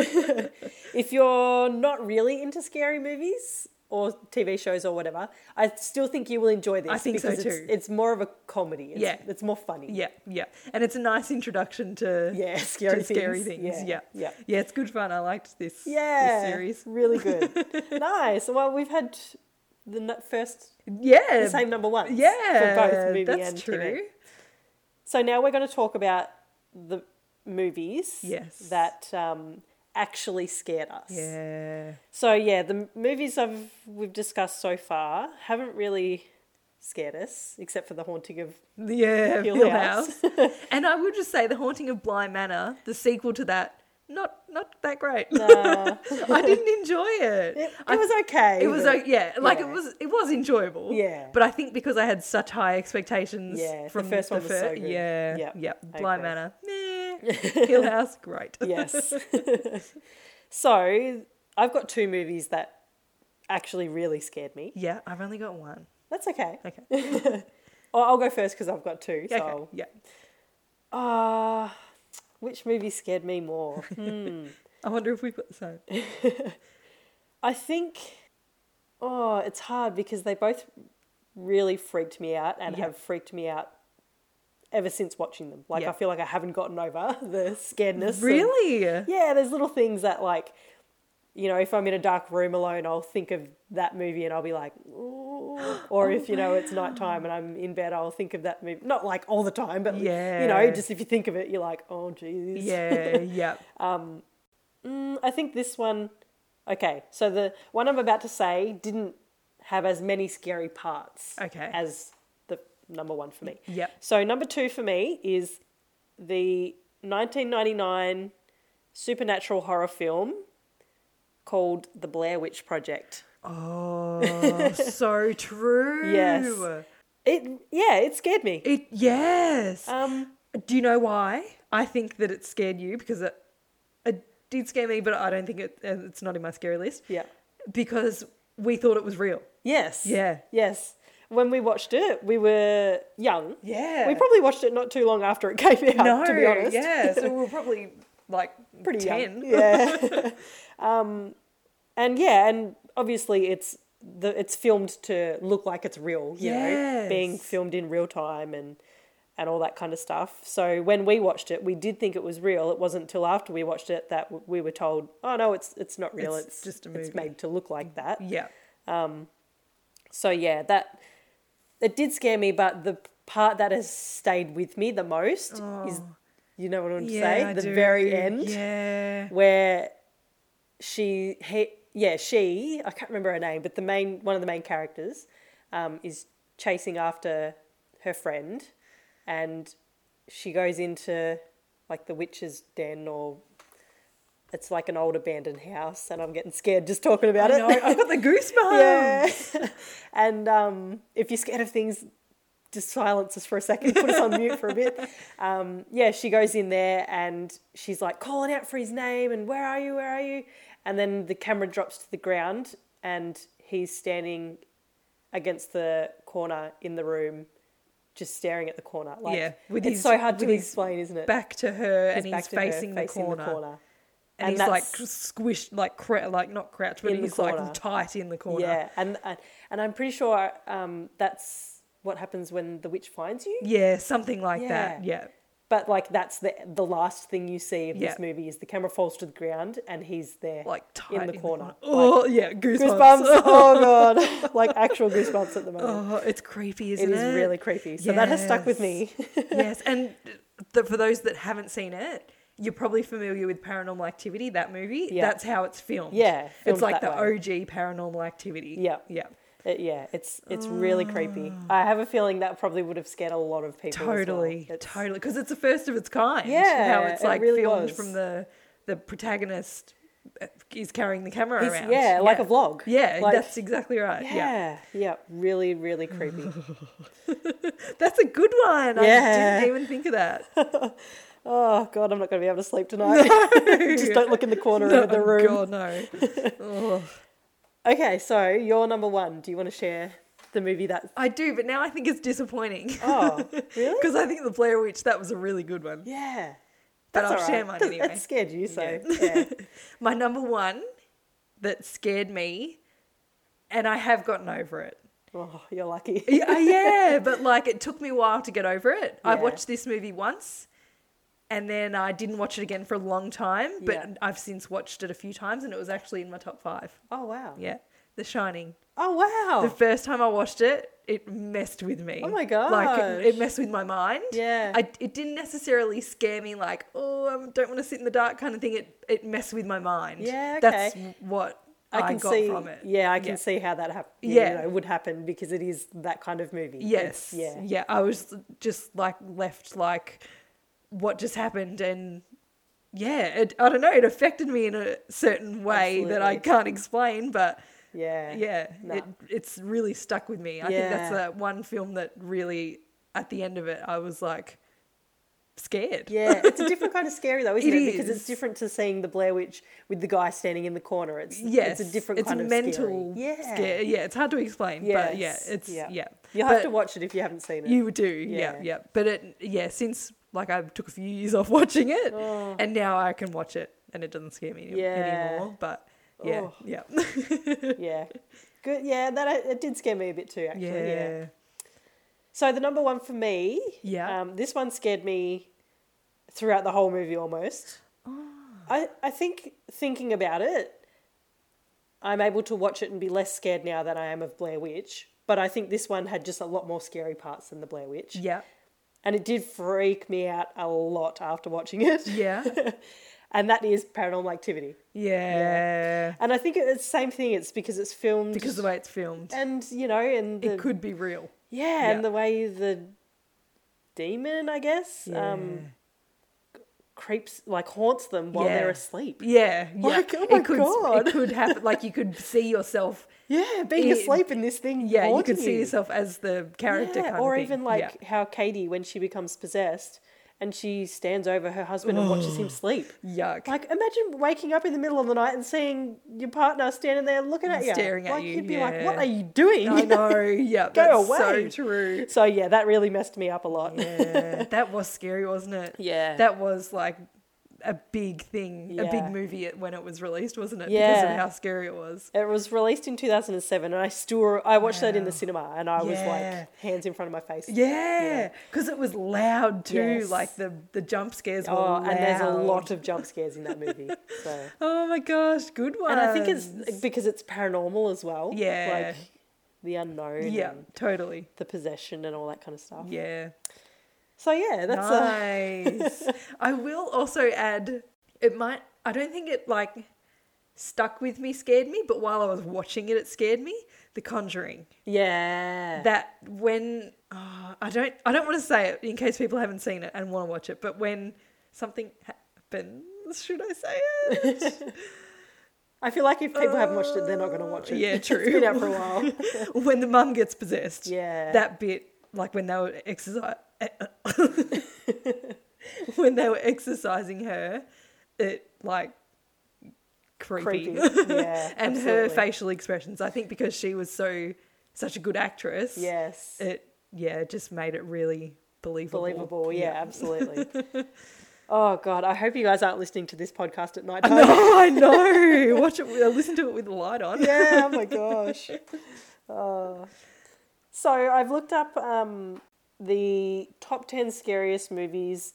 Speaker 1: if you're not really into scary movies or TV shows or whatever, I still think you will enjoy this.
Speaker 2: I think so
Speaker 1: because it's-
Speaker 2: too.
Speaker 1: It's, more of a comedy. It's,
Speaker 2: Yeah.
Speaker 1: It's more funny.
Speaker 2: Yeah, yeah. And it's a nice introduction to
Speaker 1: Yeah, scary
Speaker 2: to scary things. Yeah.
Speaker 1: Yeah.
Speaker 2: Yeah, it's good fun. I liked this,
Speaker 1: Yeah,
Speaker 2: this series.
Speaker 1: really good. nice. Well, we've had the n- first
Speaker 2: Yeah.
Speaker 1: the same number one.
Speaker 2: Um, yeah.
Speaker 1: for both movie
Speaker 2: that's
Speaker 1: and
Speaker 2: true.
Speaker 1: TV. So now we're going to talk about the movies.
Speaker 2: Yes.
Speaker 1: that um, actually scared us.
Speaker 2: Yeah.
Speaker 1: So yeah, the m- movies I've we've discussed so far haven't really scared us, except for the haunting of
Speaker 2: Yeah.
Speaker 1: Hill
Speaker 2: Hill,
Speaker 1: House.
Speaker 2: House. and I will just say The Haunting of Bly Manor, the sequel to that, not not that great.
Speaker 1: uh,
Speaker 2: I didn't enjoy it.
Speaker 1: it,
Speaker 2: I
Speaker 1: it was okay.
Speaker 2: It was
Speaker 1: but-
Speaker 2: like yeah, like
Speaker 1: yeah.
Speaker 2: it was it was enjoyable.
Speaker 1: Yeah.
Speaker 2: But I think because I had such high expectations
Speaker 1: Yeah, the
Speaker 2: from
Speaker 1: first one was so
Speaker 2: fir-
Speaker 1: good.
Speaker 2: Yeah.
Speaker 1: Yep,
Speaker 2: Yep.
Speaker 1: I
Speaker 2: Bly
Speaker 1: agree.
Speaker 2: Manor. Meh. Hill House, great.
Speaker 1: yes. so I've got two movies that actually really scared me.
Speaker 2: Yeah, I've only got one.
Speaker 1: That's okay.
Speaker 2: Okay.
Speaker 1: Or I'll go first because I've got two.
Speaker 2: Okay.
Speaker 1: So,
Speaker 2: Yeah.
Speaker 1: uh, which movie scared me more?
Speaker 2: I wonder if we've got the same.
Speaker 1: I think. Oh, it's hard because they both really freaked me out and
Speaker 2: Yeah.
Speaker 1: have freaked me out ever since watching them. Like
Speaker 2: Yeah.
Speaker 1: I feel like I haven't gotten over the scaredness. of-
Speaker 2: Really?
Speaker 1: yeah, there's little things that like, you know, if I'm in a dark room alone, I'll think of that movie and I'll be like, Ooh. or
Speaker 2: Oh
Speaker 1: if you know it's nighttime and I'm in bed, I'll think of that movie. Not like all the time, but you know,
Speaker 2: Yeah.
Speaker 1: just if you think of it, you're like, oh geez.
Speaker 2: Yeah. yeah.
Speaker 1: Mm, I think this one. Okay, so the one I'm about to say didn't have as many scary parts.
Speaker 2: Okay.
Speaker 1: As the number one for me.
Speaker 2: Yep.
Speaker 1: So number two for me is the 1999 supernatural horror film called The Blair Witch Project.
Speaker 2: Oh, so true.
Speaker 1: Yes. It yeah, it scared me.
Speaker 2: It yes.
Speaker 1: Um,
Speaker 2: Do you know why? I think that it scared you because it, it did scare me, but I don't think it. and It's not in my scary list.
Speaker 1: yeah.
Speaker 2: Because we thought it was real.
Speaker 1: Yes.
Speaker 2: Yeah.
Speaker 1: Yes. When we watched it, we were young.
Speaker 2: Yeah.
Speaker 1: We probably watched it not too long after it came out. to be honest.
Speaker 2: Yeah. So we were probably like
Speaker 1: pretty
Speaker 2: ten.
Speaker 1: young. Yeah. um, and yeah, and obviously it's the it's filmed to look like it's real, you know, being
Speaker 2: Yes.
Speaker 1: filmed in real time and and all that kind of stuff. So when we watched it, we did think it was real. It wasn't until after we watched it that w- we were told, "Oh no, it's it's not real. It's,
Speaker 2: It's just a
Speaker 1: It's
Speaker 2: movie." Mm.
Speaker 1: made to look like that."
Speaker 2: Yeah.
Speaker 1: So yeah, that it did scare me, but the part that has stayed with me the most is you know what I'm saying?
Speaker 2: Oh. I
Speaker 1: the
Speaker 2: do.
Speaker 1: very end
Speaker 2: Yeah.
Speaker 1: where she he, yeah she I can't remember her name, but the main one of the main characters um, is chasing after her friend, and she goes into like the witch's den or it's like an old abandoned house, and I'm getting scared just talking about
Speaker 2: I
Speaker 1: it.
Speaker 2: know. I've got the goosebumps.
Speaker 1: yeah, and um, if you're scared of things, just silence us for a second, put us on mute for a bit. Um, yeah, she goes in there and she's like calling out for his name and where are you, where are you? And then the camera drops to the ground and he's standing against the corner in the room, just staring at the corner. Like,
Speaker 2: Yeah, with
Speaker 1: it's
Speaker 2: his-
Speaker 1: so hard to
Speaker 2: with his
Speaker 1: explain, isn't it?
Speaker 2: back to her
Speaker 1: His
Speaker 2: and
Speaker 1: back
Speaker 2: he's
Speaker 1: to her,
Speaker 2: facing, the, corner, and,
Speaker 1: And
Speaker 2: he's like
Speaker 1: that's-
Speaker 2: squished like cra- like not crouched but
Speaker 1: In the
Speaker 2: he's like
Speaker 1: corner.
Speaker 2: tight in the corner
Speaker 1: Yeah, and and- and I'm pretty sure um, that's what happens when the witch finds you.
Speaker 2: Yeah, something like that yeah
Speaker 1: But like that's the the last thing you see of this
Speaker 2: Yeah.
Speaker 1: movie is the camera falls to the ground and he's there
Speaker 2: like tight
Speaker 1: in the corner. Like,
Speaker 2: oh yeah goosebumps,
Speaker 1: goosebumps! oh god, like actual goosebumps at the moment.
Speaker 2: oh it's creepy
Speaker 1: it
Speaker 2: isn't it
Speaker 1: is really creepy. So that has stuck with me.
Speaker 2: yes and th- for those that haven't seen it you're probably familiar with paranormal activity that movie
Speaker 1: Yeah.
Speaker 2: that's how it's filmed
Speaker 1: Yeah,
Speaker 2: it's
Speaker 1: filmed
Speaker 2: like
Speaker 1: that
Speaker 2: the
Speaker 1: way.
Speaker 2: og paranormal activity
Speaker 1: Yeah.
Speaker 2: yeah
Speaker 1: It- yeah, it's it's really creepy. I have a feeling that probably would have scared a lot of people. as well.
Speaker 2: Ah. totally
Speaker 1: uh, It's-
Speaker 2: totally because it's the first of its kind
Speaker 1: Yeah,
Speaker 2: how it's
Speaker 1: it
Speaker 2: like
Speaker 1: really
Speaker 2: filmed
Speaker 1: was.
Speaker 2: from the the protagonist uh, is carrying the camera
Speaker 1: He's-
Speaker 2: around
Speaker 1: yeah, like a vlog.
Speaker 2: yeah
Speaker 1: Like-
Speaker 2: that's exactly right yeah.
Speaker 1: Yeah, yeah, really, really creepy.
Speaker 2: that's a good one i
Speaker 1: Yeah.
Speaker 2: didn't even think of that
Speaker 1: Oh god, I'm not going to be able to sleep tonight. Just don't look in the corner
Speaker 2: No,
Speaker 1: of the room.
Speaker 2: Oh, God, no Ugh.
Speaker 1: Okay, so you're number one. Do you want to share the movie that?
Speaker 2: i do but now i think it's disappointing
Speaker 1: Oh, really?
Speaker 2: because i think the blair witch that was a really good one
Speaker 1: Yeah.
Speaker 2: But I'll
Speaker 1: all
Speaker 2: share mine
Speaker 1: That-
Speaker 2: anyway.
Speaker 1: That scared you, so
Speaker 2: Yeah.
Speaker 1: yeah.
Speaker 2: my number one that scared me and i have gotten over it
Speaker 1: Oh, you're lucky.
Speaker 2: yeah, yeah, but like it took me a while to get over it. I
Speaker 1: Yeah.
Speaker 2: watched this movie once and then I didn't watch it again for a long time, but
Speaker 1: Yeah.
Speaker 2: I've since watched it a few times and it was actually in my top five.
Speaker 1: Oh wow.
Speaker 2: Yeah. The Shining.
Speaker 1: Oh wow.
Speaker 2: The first time I watched it, it messed with me.
Speaker 1: Oh my
Speaker 2: Like it,
Speaker 1: gosh.
Speaker 2: it messed with my mind.
Speaker 1: Yeah.
Speaker 2: I, it didn't necessarily scare me like, oh, I don't want to sit in the dark kind of thing. It it messed with my mind.
Speaker 1: Yeah,
Speaker 2: That's
Speaker 1: okay.
Speaker 2: what I,
Speaker 1: I can
Speaker 2: got
Speaker 1: see.
Speaker 2: from it.
Speaker 1: Yeah, I can see how that happened.
Speaker 2: Yeah.
Speaker 1: you know, would happen because it is that kind of movie.
Speaker 2: Yes.
Speaker 1: It's- yeah.
Speaker 2: Yeah. I was just like left like what just happened and yeah, it, I don't know, it affected me in a certain way that I
Speaker 1: Absolutely.
Speaker 2: can't explain, but
Speaker 1: Yeah.
Speaker 2: yeah,
Speaker 1: Nah.
Speaker 2: it, it's really stuck with me. I think that's
Speaker 1: Yeah.
Speaker 2: that one film that really at the end of it I was like scared.
Speaker 1: Yeah, it's a different kind of scary though, isn't
Speaker 2: It
Speaker 1: it? Because
Speaker 2: is.
Speaker 1: it's different to seeing the Blair Witch with the guy standing in the corner. It's
Speaker 2: Yes.
Speaker 1: it's a different kind of
Speaker 2: mental
Speaker 1: Scary. Yeah,
Speaker 2: scare. Yeah, it's hard to explain, but yeah,
Speaker 1: Yes.
Speaker 2: it's yeah.
Speaker 1: Yeah. you have
Speaker 2: But-
Speaker 1: to watch it if you haven't seen it.
Speaker 2: You do, yeah. yeah,
Speaker 1: Yeah.
Speaker 2: But it, yeah, since like I took a few years off watching it,
Speaker 1: Oh.
Speaker 2: and now I can watch it, and it doesn't scare me any-
Speaker 1: Yeah.
Speaker 2: anymore. But yeah,
Speaker 1: Oh.
Speaker 2: yeah,
Speaker 1: yeah, good. Yeah, that it did scare me a bit too. Actually, yeah.
Speaker 2: yeah,
Speaker 1: So the number one for me,
Speaker 2: Yeah.
Speaker 1: um, this one scared me throughout the whole movie almost.
Speaker 2: Ah.
Speaker 1: I I think thinking about it, I'm able to watch it and be less scared now than I am of Blair Witch. But I think this one had just a lot more scary parts than the Blair Witch.
Speaker 2: yeah,
Speaker 1: and it did freak me out a lot after watching it.
Speaker 2: yeah,
Speaker 1: and that is paranormal activity.
Speaker 2: yeah.
Speaker 1: And I think it's the same thing. It's because it's filmed
Speaker 2: Because the way it's filmed,
Speaker 1: and you know, and the
Speaker 2: it could be real.
Speaker 1: yeah, and
Speaker 2: yeah.
Speaker 1: the way the demon, I guess,
Speaker 2: Yeah,
Speaker 1: um, creeps like haunts them while they're
Speaker 2: Yeah.
Speaker 1: asleep.
Speaker 2: yeah, yeah.
Speaker 1: Like, oh my
Speaker 2: it could,
Speaker 1: God.
Speaker 2: it could happen. Like you could see yourself.
Speaker 1: Yeah, being
Speaker 2: It-
Speaker 1: asleep in this thing.
Speaker 2: Yeah, you
Speaker 1: haunting
Speaker 2: could see yourself as the character,
Speaker 1: Yeah,
Speaker 2: kind of
Speaker 1: or
Speaker 2: thing.
Speaker 1: even
Speaker 2: Yeah.
Speaker 1: like how Katie, when she becomes possessed, and she stands over her husband and watches him sleep.
Speaker 2: yuck.
Speaker 1: Like, imagine waking up in the middle of the night and seeing your partner standing there looking at you.
Speaker 2: Staring at
Speaker 1: like,
Speaker 2: you,
Speaker 1: You'd be like, what
Speaker 2: yeah.
Speaker 1: are you doing?
Speaker 2: I know. Yeah,
Speaker 1: Go
Speaker 2: that's
Speaker 1: away.
Speaker 2: so true.
Speaker 1: so, yeah, that really messed me up a lot.
Speaker 2: Yeah, that was scary, wasn't it?
Speaker 1: Yeah.
Speaker 2: That was like a big thing, a
Speaker 1: Yeah.
Speaker 2: big movie it- when it was released, wasn't it? Because
Speaker 1: Yeah.
Speaker 2: of how scary it was.
Speaker 1: It was released in 2007, and I still I watched that in the
Speaker 2: Wow.
Speaker 1: cinema, and I was
Speaker 2: Yeah.
Speaker 1: like hands in front of my face.
Speaker 2: Yeah, because it was loud too.
Speaker 1: Yes.
Speaker 2: Like the the jump scares were
Speaker 1: Oh, and there's a
Speaker 2: loud.
Speaker 1: lot of jump scares in that movie. So,
Speaker 2: Oh my gosh, good one.
Speaker 1: and I think it's because it's paranormal as well.
Speaker 2: Yeah.
Speaker 1: like the unknown,
Speaker 2: yeah,
Speaker 1: and
Speaker 2: totally.
Speaker 1: the possession, and all that kind of stuff.
Speaker 2: Yeah,
Speaker 1: So yeah, that's uh
Speaker 2: nice. I will also add. It might. I don't think it like stuck with me, scared me, but while I was watching it, it scared me. The Conjuring.
Speaker 1: yeah,
Speaker 2: that when oh, I don't I don't want to say it in case people haven't seen it and want to watch it, but when something happens, should I say it?
Speaker 1: I feel like if people haven't watched it, they're not going to watch it.
Speaker 2: Yeah, Uh, true.
Speaker 1: it's been out for a while.
Speaker 2: when the mum gets possessed,
Speaker 1: Yeah.
Speaker 2: that bit like when they were exercise when they were exercising her, it like creepy,
Speaker 1: Creepy. Yeah.
Speaker 2: and her
Speaker 1: absolutely.
Speaker 2: facial expressions. I think because she was so such a good actress,
Speaker 1: Yes.
Speaker 2: it yeah it just made it really believable.
Speaker 1: believable. Yeah, absolutely. oh god, I hope you guys aren't listening to this podcast at night
Speaker 2: I
Speaker 1: time.
Speaker 2: know, I know. Watch it, listen to it with the light on.
Speaker 1: yeah, oh my gosh. Oh. So I've looked up um, the top ten scariest movies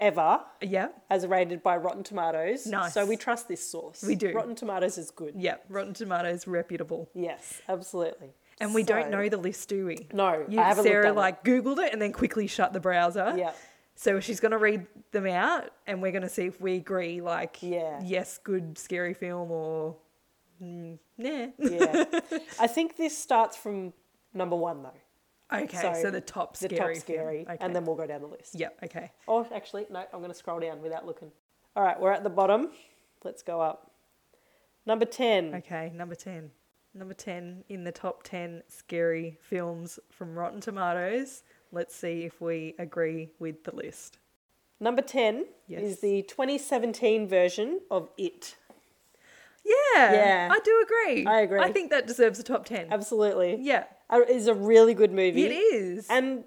Speaker 1: ever
Speaker 2: Yeah,
Speaker 1: as rated by Rotten Tomatoes.
Speaker 2: Nice.
Speaker 1: So we trust this source.
Speaker 2: We do.
Speaker 1: Rotten Tomatoes is good.
Speaker 2: yeah. Rotten Tomatoes reputable,
Speaker 1: Yes, absolutely.
Speaker 2: and we
Speaker 1: So-
Speaker 2: don't know the list, do we?
Speaker 1: No,
Speaker 2: You,
Speaker 1: I haven't looked
Speaker 2: Sarah
Speaker 1: at it.
Speaker 2: like Googled it and then quickly shut the browser.
Speaker 1: Yeah.
Speaker 2: So she's gonna read them out, and we're gonna see if we agree. Like,
Speaker 1: Yeah.
Speaker 2: yes, good scary film, or mm, nah.
Speaker 1: Yeah. I think this starts from number one though.
Speaker 2: Okay, so,
Speaker 1: So,
Speaker 2: the top
Speaker 1: The
Speaker 2: scary,
Speaker 1: top scary,
Speaker 2: film. Okay.
Speaker 1: and then we'll go down the list.
Speaker 2: yeah, okay,
Speaker 1: Oh, actually, no, I'm going to scroll down without looking. All right, we're at the bottom. Let's go up. Number 10.
Speaker 2: okay, number ten, number ten in the top ten scary films from Rotten Tomatoes. Let's see if we agree with the list.
Speaker 1: Number 10
Speaker 2: Yes.
Speaker 1: is the 2017 version of It.
Speaker 2: Yeah,
Speaker 1: Yeah.
Speaker 2: I do agree.
Speaker 1: I agree.
Speaker 2: I think that deserves a top ten.
Speaker 1: Absolutely.
Speaker 2: Yeah,
Speaker 1: Uh, It's a really good movie.
Speaker 2: it is.
Speaker 1: And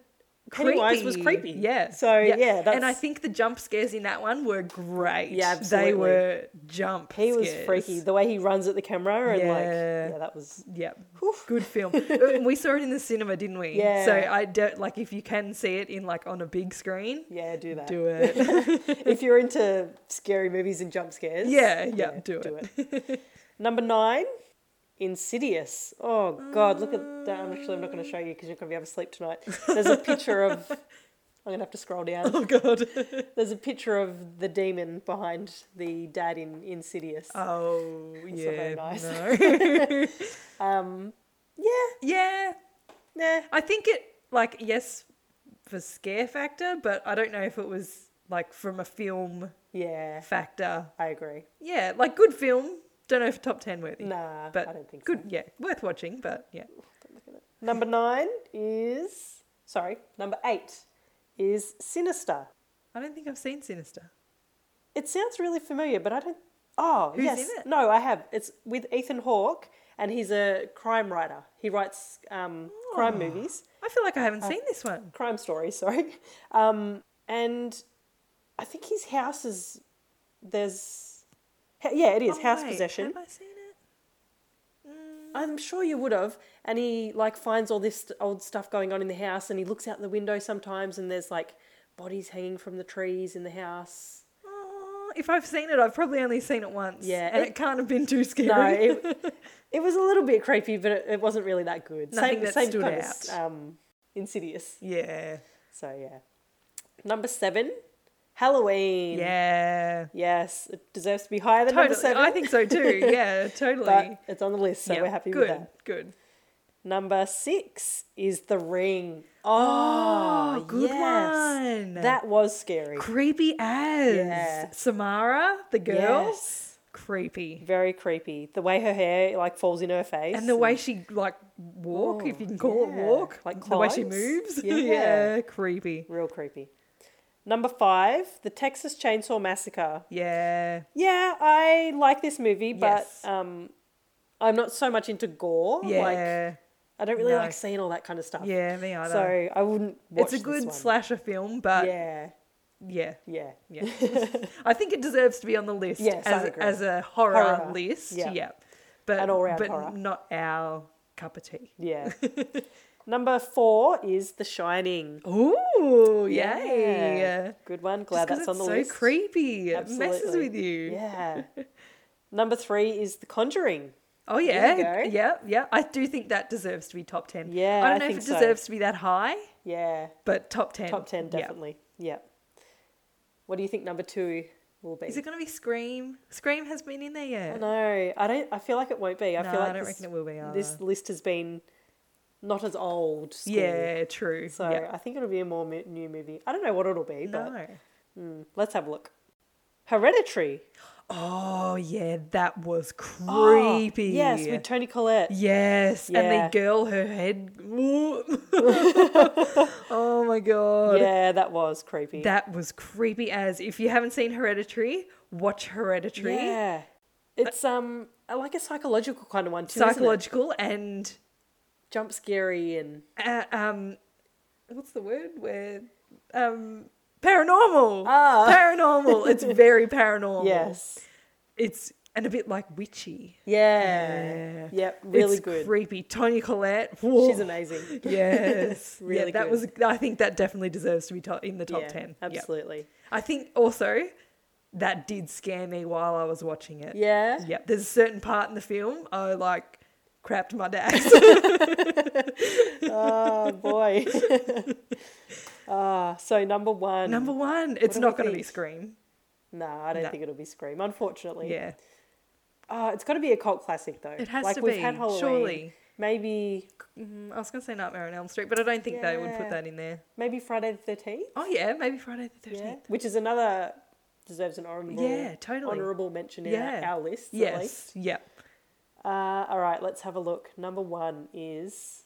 Speaker 1: Pennywise was creepy.
Speaker 2: Yeah.
Speaker 1: So, yeah, that's.
Speaker 2: and I think the jump scares in that one were great.
Speaker 1: Yeah,
Speaker 2: They
Speaker 1: absolutely.
Speaker 2: were jump.
Speaker 1: he was
Speaker 2: scares.
Speaker 1: freaky. The way he runs at the camera and, like,
Speaker 2: Yeah.
Speaker 1: yeah, that was.
Speaker 2: Yeah, good film. Uh, we saw it in the cinema, didn't we?
Speaker 1: Yeah.
Speaker 2: So I don't like if you can see it in like on a big screen,
Speaker 1: Yeah, do that.
Speaker 2: do it.
Speaker 1: If you're into scary movies and jump scares.
Speaker 2: Yeah, yeah, do it.
Speaker 1: it. Number nine, Insidious. Oh, God, look at that. I'm actually I'm not going to show you because you're going to be able to sleep tonight. There's a picture of. I'm going to have to scroll down.
Speaker 2: oh god.
Speaker 1: There's a picture of the demon behind the dad in Insidious.
Speaker 2: Oh yeah.
Speaker 1: very nice.
Speaker 2: No.
Speaker 1: Um, yeah,
Speaker 2: yeah.
Speaker 1: nah.
Speaker 2: I think it like yes for scare factor, but I don't know if it was like from a film
Speaker 1: Yeah,
Speaker 2: factor.
Speaker 1: I agree.
Speaker 2: Yeah, like good film. Don't know if top ten worthy.
Speaker 1: Nah,
Speaker 2: but
Speaker 1: I don't think
Speaker 2: good. Yeah, worth watching. But yeah,
Speaker 1: so. Number nine is. Sorry, number eight is Sinister.
Speaker 2: I don't think I've seen Sinister.
Speaker 1: It sounds really familiar, but I don't. Oh,
Speaker 2: Who's
Speaker 1: yes.
Speaker 2: in it?
Speaker 1: No, I have. It's with Ethan Hawke, and he's a crime writer. He writes um, crime
Speaker 2: Oh.
Speaker 1: movies,
Speaker 2: I feel like I
Speaker 1: Uh,
Speaker 2: haven't seen this one.
Speaker 1: crime stories. Sorry, um, and I think his house is there's. he- Yeah, it is
Speaker 2: Oh,
Speaker 1: house
Speaker 2: wait,
Speaker 1: possession.
Speaker 2: Have I seen it? Mm, uh,
Speaker 1: I'm sure you would have. And he like finds all this st- old stuff going on in the house, and he looks out the window sometimes, and there's like bodies hanging from the trees in the house.
Speaker 2: Oh, if I've seen it, I've probably only seen it once.
Speaker 1: Yeah,
Speaker 2: and it,
Speaker 1: it-
Speaker 2: can't have been too scary.
Speaker 1: No, it, it was a little bit creepy, but it, it wasn't really that good.
Speaker 2: Nothing
Speaker 1: same
Speaker 2: that
Speaker 1: same
Speaker 2: stood
Speaker 1: kind of
Speaker 2: out.
Speaker 1: s- um, insidious.
Speaker 2: yeah,
Speaker 1: So yeah, number seven, Halloween.
Speaker 2: yeah,
Speaker 1: Yes, it deserves to be higher than number
Speaker 2: totally.
Speaker 1: seven.
Speaker 2: I think so too. Yeah, totally.
Speaker 1: but it's on the list, so
Speaker 2: Yeah,
Speaker 1: we're happy
Speaker 2: good,
Speaker 1: with that.
Speaker 2: Good.
Speaker 1: Number six is The Ring. Oh,
Speaker 2: Oh, good
Speaker 1: yes.
Speaker 2: one.
Speaker 1: That was scary.
Speaker 2: creepy as
Speaker 1: Yeah.
Speaker 2: Samara, the girl.
Speaker 1: Yes.
Speaker 2: Creepy.
Speaker 1: Very creepy. The way her hair like falls in her face,
Speaker 2: And the way she like walk, if you can call it
Speaker 1: yeah.
Speaker 2: walk, like
Speaker 1: Like
Speaker 2: the way she
Speaker 1: climbs?
Speaker 2: moves.
Speaker 1: Yeah.
Speaker 2: creepy.
Speaker 1: real creepy. Number five, The Texas Chainsaw Massacre.
Speaker 2: Yeah.
Speaker 1: Yeah, I like this movie, but
Speaker 2: Yes.
Speaker 1: um, I'm not so much into gore. Like,
Speaker 2: Yeah.
Speaker 1: I don't really
Speaker 2: No.
Speaker 1: like seeing all that kind of stuff.
Speaker 2: yeah, me either.
Speaker 1: So I wouldn't watch
Speaker 2: it's a good
Speaker 1: this
Speaker 2: uh,
Speaker 1: one.
Speaker 2: slasher film, but yeah.
Speaker 1: Yeah,
Speaker 2: Yeah.
Speaker 1: yeah.
Speaker 2: I think it deserves to be on the list
Speaker 1: Yes, I
Speaker 2: as,
Speaker 1: agree.
Speaker 2: as a horror,
Speaker 1: Horror.
Speaker 2: list. Yeah.
Speaker 1: Yeah.
Speaker 2: But,
Speaker 1: An all-round
Speaker 2: but
Speaker 1: horror.
Speaker 2: not our cup of tea.
Speaker 1: Yeah. Number four is The Shining.
Speaker 2: Ooh, Oh, yay.
Speaker 1: Yeah. Good one. Glad
Speaker 2: Just 'cause
Speaker 1: that's on the
Speaker 2: it's so
Speaker 1: list.
Speaker 2: creepy. It messes
Speaker 1: Absolutely.
Speaker 2: with you.
Speaker 1: Yeah. Number three is The Conjuring.
Speaker 2: Oh
Speaker 1: There
Speaker 2: yeah,
Speaker 1: you go.
Speaker 2: yeah, yeah. I do think that deserves to be top ten.
Speaker 1: Yeah,
Speaker 2: I don't
Speaker 1: I
Speaker 2: know if
Speaker 1: think
Speaker 2: it
Speaker 1: so.
Speaker 2: deserves to be that high,
Speaker 1: Yeah.
Speaker 2: but top ten.
Speaker 1: Top ten,
Speaker 2: yeah.
Speaker 1: definitely. Yeah. What do you think number two will be?
Speaker 2: Is it going to be Scream? Scream has been in there yet.
Speaker 1: no, I don't. I feel like it won't be. I
Speaker 2: No,
Speaker 1: feel like
Speaker 2: I don't
Speaker 1: this-
Speaker 2: reckon it will be. uh, Either.
Speaker 1: this list has been not as old. School.
Speaker 2: yeah, true.
Speaker 1: So
Speaker 2: yeah.
Speaker 1: I think it'll be a more mo- new movie. I don't know what it'll be, but
Speaker 2: no.
Speaker 1: mm, let's have a look. Hereditary.
Speaker 2: Oh yeah, that was creepy.
Speaker 1: Oh, yes, with Tony Collette.
Speaker 2: Yes, and
Speaker 1: Yeah.
Speaker 2: they girl her head. oh my god.
Speaker 1: Yeah, that was creepy.
Speaker 2: That was creepy as if you haven't seen Hereditary, watch Hereditary.
Speaker 1: Yeah. It's um like a psychological kind of one too. Psychological
Speaker 2: Psychological and
Speaker 1: jump scary and
Speaker 2: uh, um what's the word where um paranormal.
Speaker 1: Ah.
Speaker 2: Paranormal. It's very paranormal.
Speaker 1: yes.
Speaker 2: It's and a bit like witchy.
Speaker 1: Yeah.
Speaker 2: Yeah.
Speaker 1: Yep, really
Speaker 2: It's
Speaker 1: good.
Speaker 2: Creepy. Tony Collette.
Speaker 1: She's
Speaker 2: whoa.
Speaker 1: amazing.
Speaker 2: Yes.
Speaker 1: Really
Speaker 2: yeah, that
Speaker 1: good.
Speaker 2: was I think that definitely deserves to be top, in the top
Speaker 1: Yeah,
Speaker 2: 10. Yeah.
Speaker 1: Absolutely.
Speaker 2: I think also that did scare me while I was watching it.
Speaker 1: Yeah.
Speaker 2: Yep. There's a certain part in the film I like crapped my dad.
Speaker 1: Oh boy. Ah, so number one.
Speaker 2: Number one, it's
Speaker 1: do we
Speaker 2: not going to be
Speaker 1: think?
Speaker 2: Scream.
Speaker 1: No, I don't
Speaker 2: No.
Speaker 1: think it'll be Scream, unfortunately.
Speaker 2: Yeah.
Speaker 1: Ah, it's got to be a cult classic though.
Speaker 2: It has
Speaker 1: like
Speaker 2: to
Speaker 1: we've
Speaker 2: be,
Speaker 1: had Halloween.
Speaker 2: surely.
Speaker 1: Maybe
Speaker 2: Mm, I was going to say Nightmare on Elm Street, but I don't think they would
Speaker 1: Yeah.
Speaker 2: put that in there.
Speaker 1: maybe Friday the Thirteenth.
Speaker 2: Oh yeah, maybe Friday the
Speaker 1: Yeah,
Speaker 2: 13th.
Speaker 1: which is another deserves an honorable
Speaker 2: Yeah, totally.
Speaker 1: honorable mention in
Speaker 2: Yeah.
Speaker 1: our, our list at least.
Speaker 2: Yes. Yep.
Speaker 1: Uh, all right, let's have a look. Number one is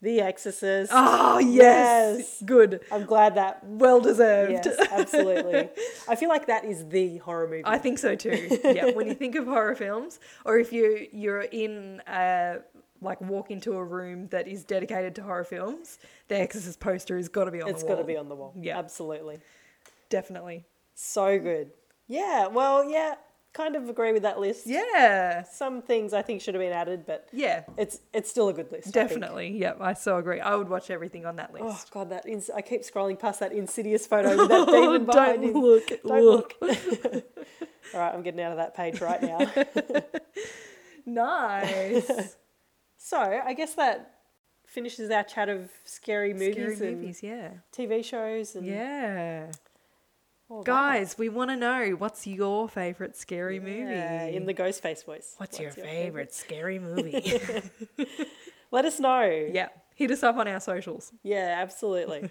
Speaker 1: The Exorcist.
Speaker 2: Oh yes.
Speaker 1: Yes.
Speaker 2: Good.
Speaker 1: I'm glad that.
Speaker 2: Well deserved.
Speaker 1: Yes, absolutely. I feel like that is the horror movie.
Speaker 2: I think so too. yeah, when you think of horror films, or if you you're in uh like walk into a room that is dedicated to horror films, The Exorcist poster has got to be on
Speaker 1: it's
Speaker 2: the
Speaker 1: got
Speaker 2: wall.
Speaker 1: to be on the wall.
Speaker 2: Yeah.
Speaker 1: absolutely.
Speaker 2: Definitely.
Speaker 1: So good. Yeah. Well, yeah. Kind of agree with that list.
Speaker 2: Yeah.
Speaker 1: Some things I think should have been added, but
Speaker 2: Yeah.
Speaker 1: it's it's still a good list. I think.
Speaker 2: Definitely. Yep. I so agree. I would watch everything on that list.
Speaker 1: Oh god, that ins- I keep scrolling past that insidious photo with that demon behind
Speaker 2: Oh, don't
Speaker 1: him.
Speaker 2: look.
Speaker 1: Don't
Speaker 2: look.
Speaker 1: look. All right, I'm getting out of that page right now.
Speaker 2: Nice.
Speaker 1: so I guess that finishes our chat of scary movies
Speaker 2: Scary
Speaker 1: and Mm. Oh,
Speaker 2: movies. Yeah.
Speaker 1: TV shows and
Speaker 2: Yeah.
Speaker 1: all that.
Speaker 2: Guys, we want to know what's your favorite scary
Speaker 1: Yeah,
Speaker 2: movie?
Speaker 1: in the Ghostface voice.
Speaker 2: what's, your, favorite scary movie?
Speaker 1: Let us know. Yeah,
Speaker 2: Yeah. Hit us up on our socials.
Speaker 1: absolutely.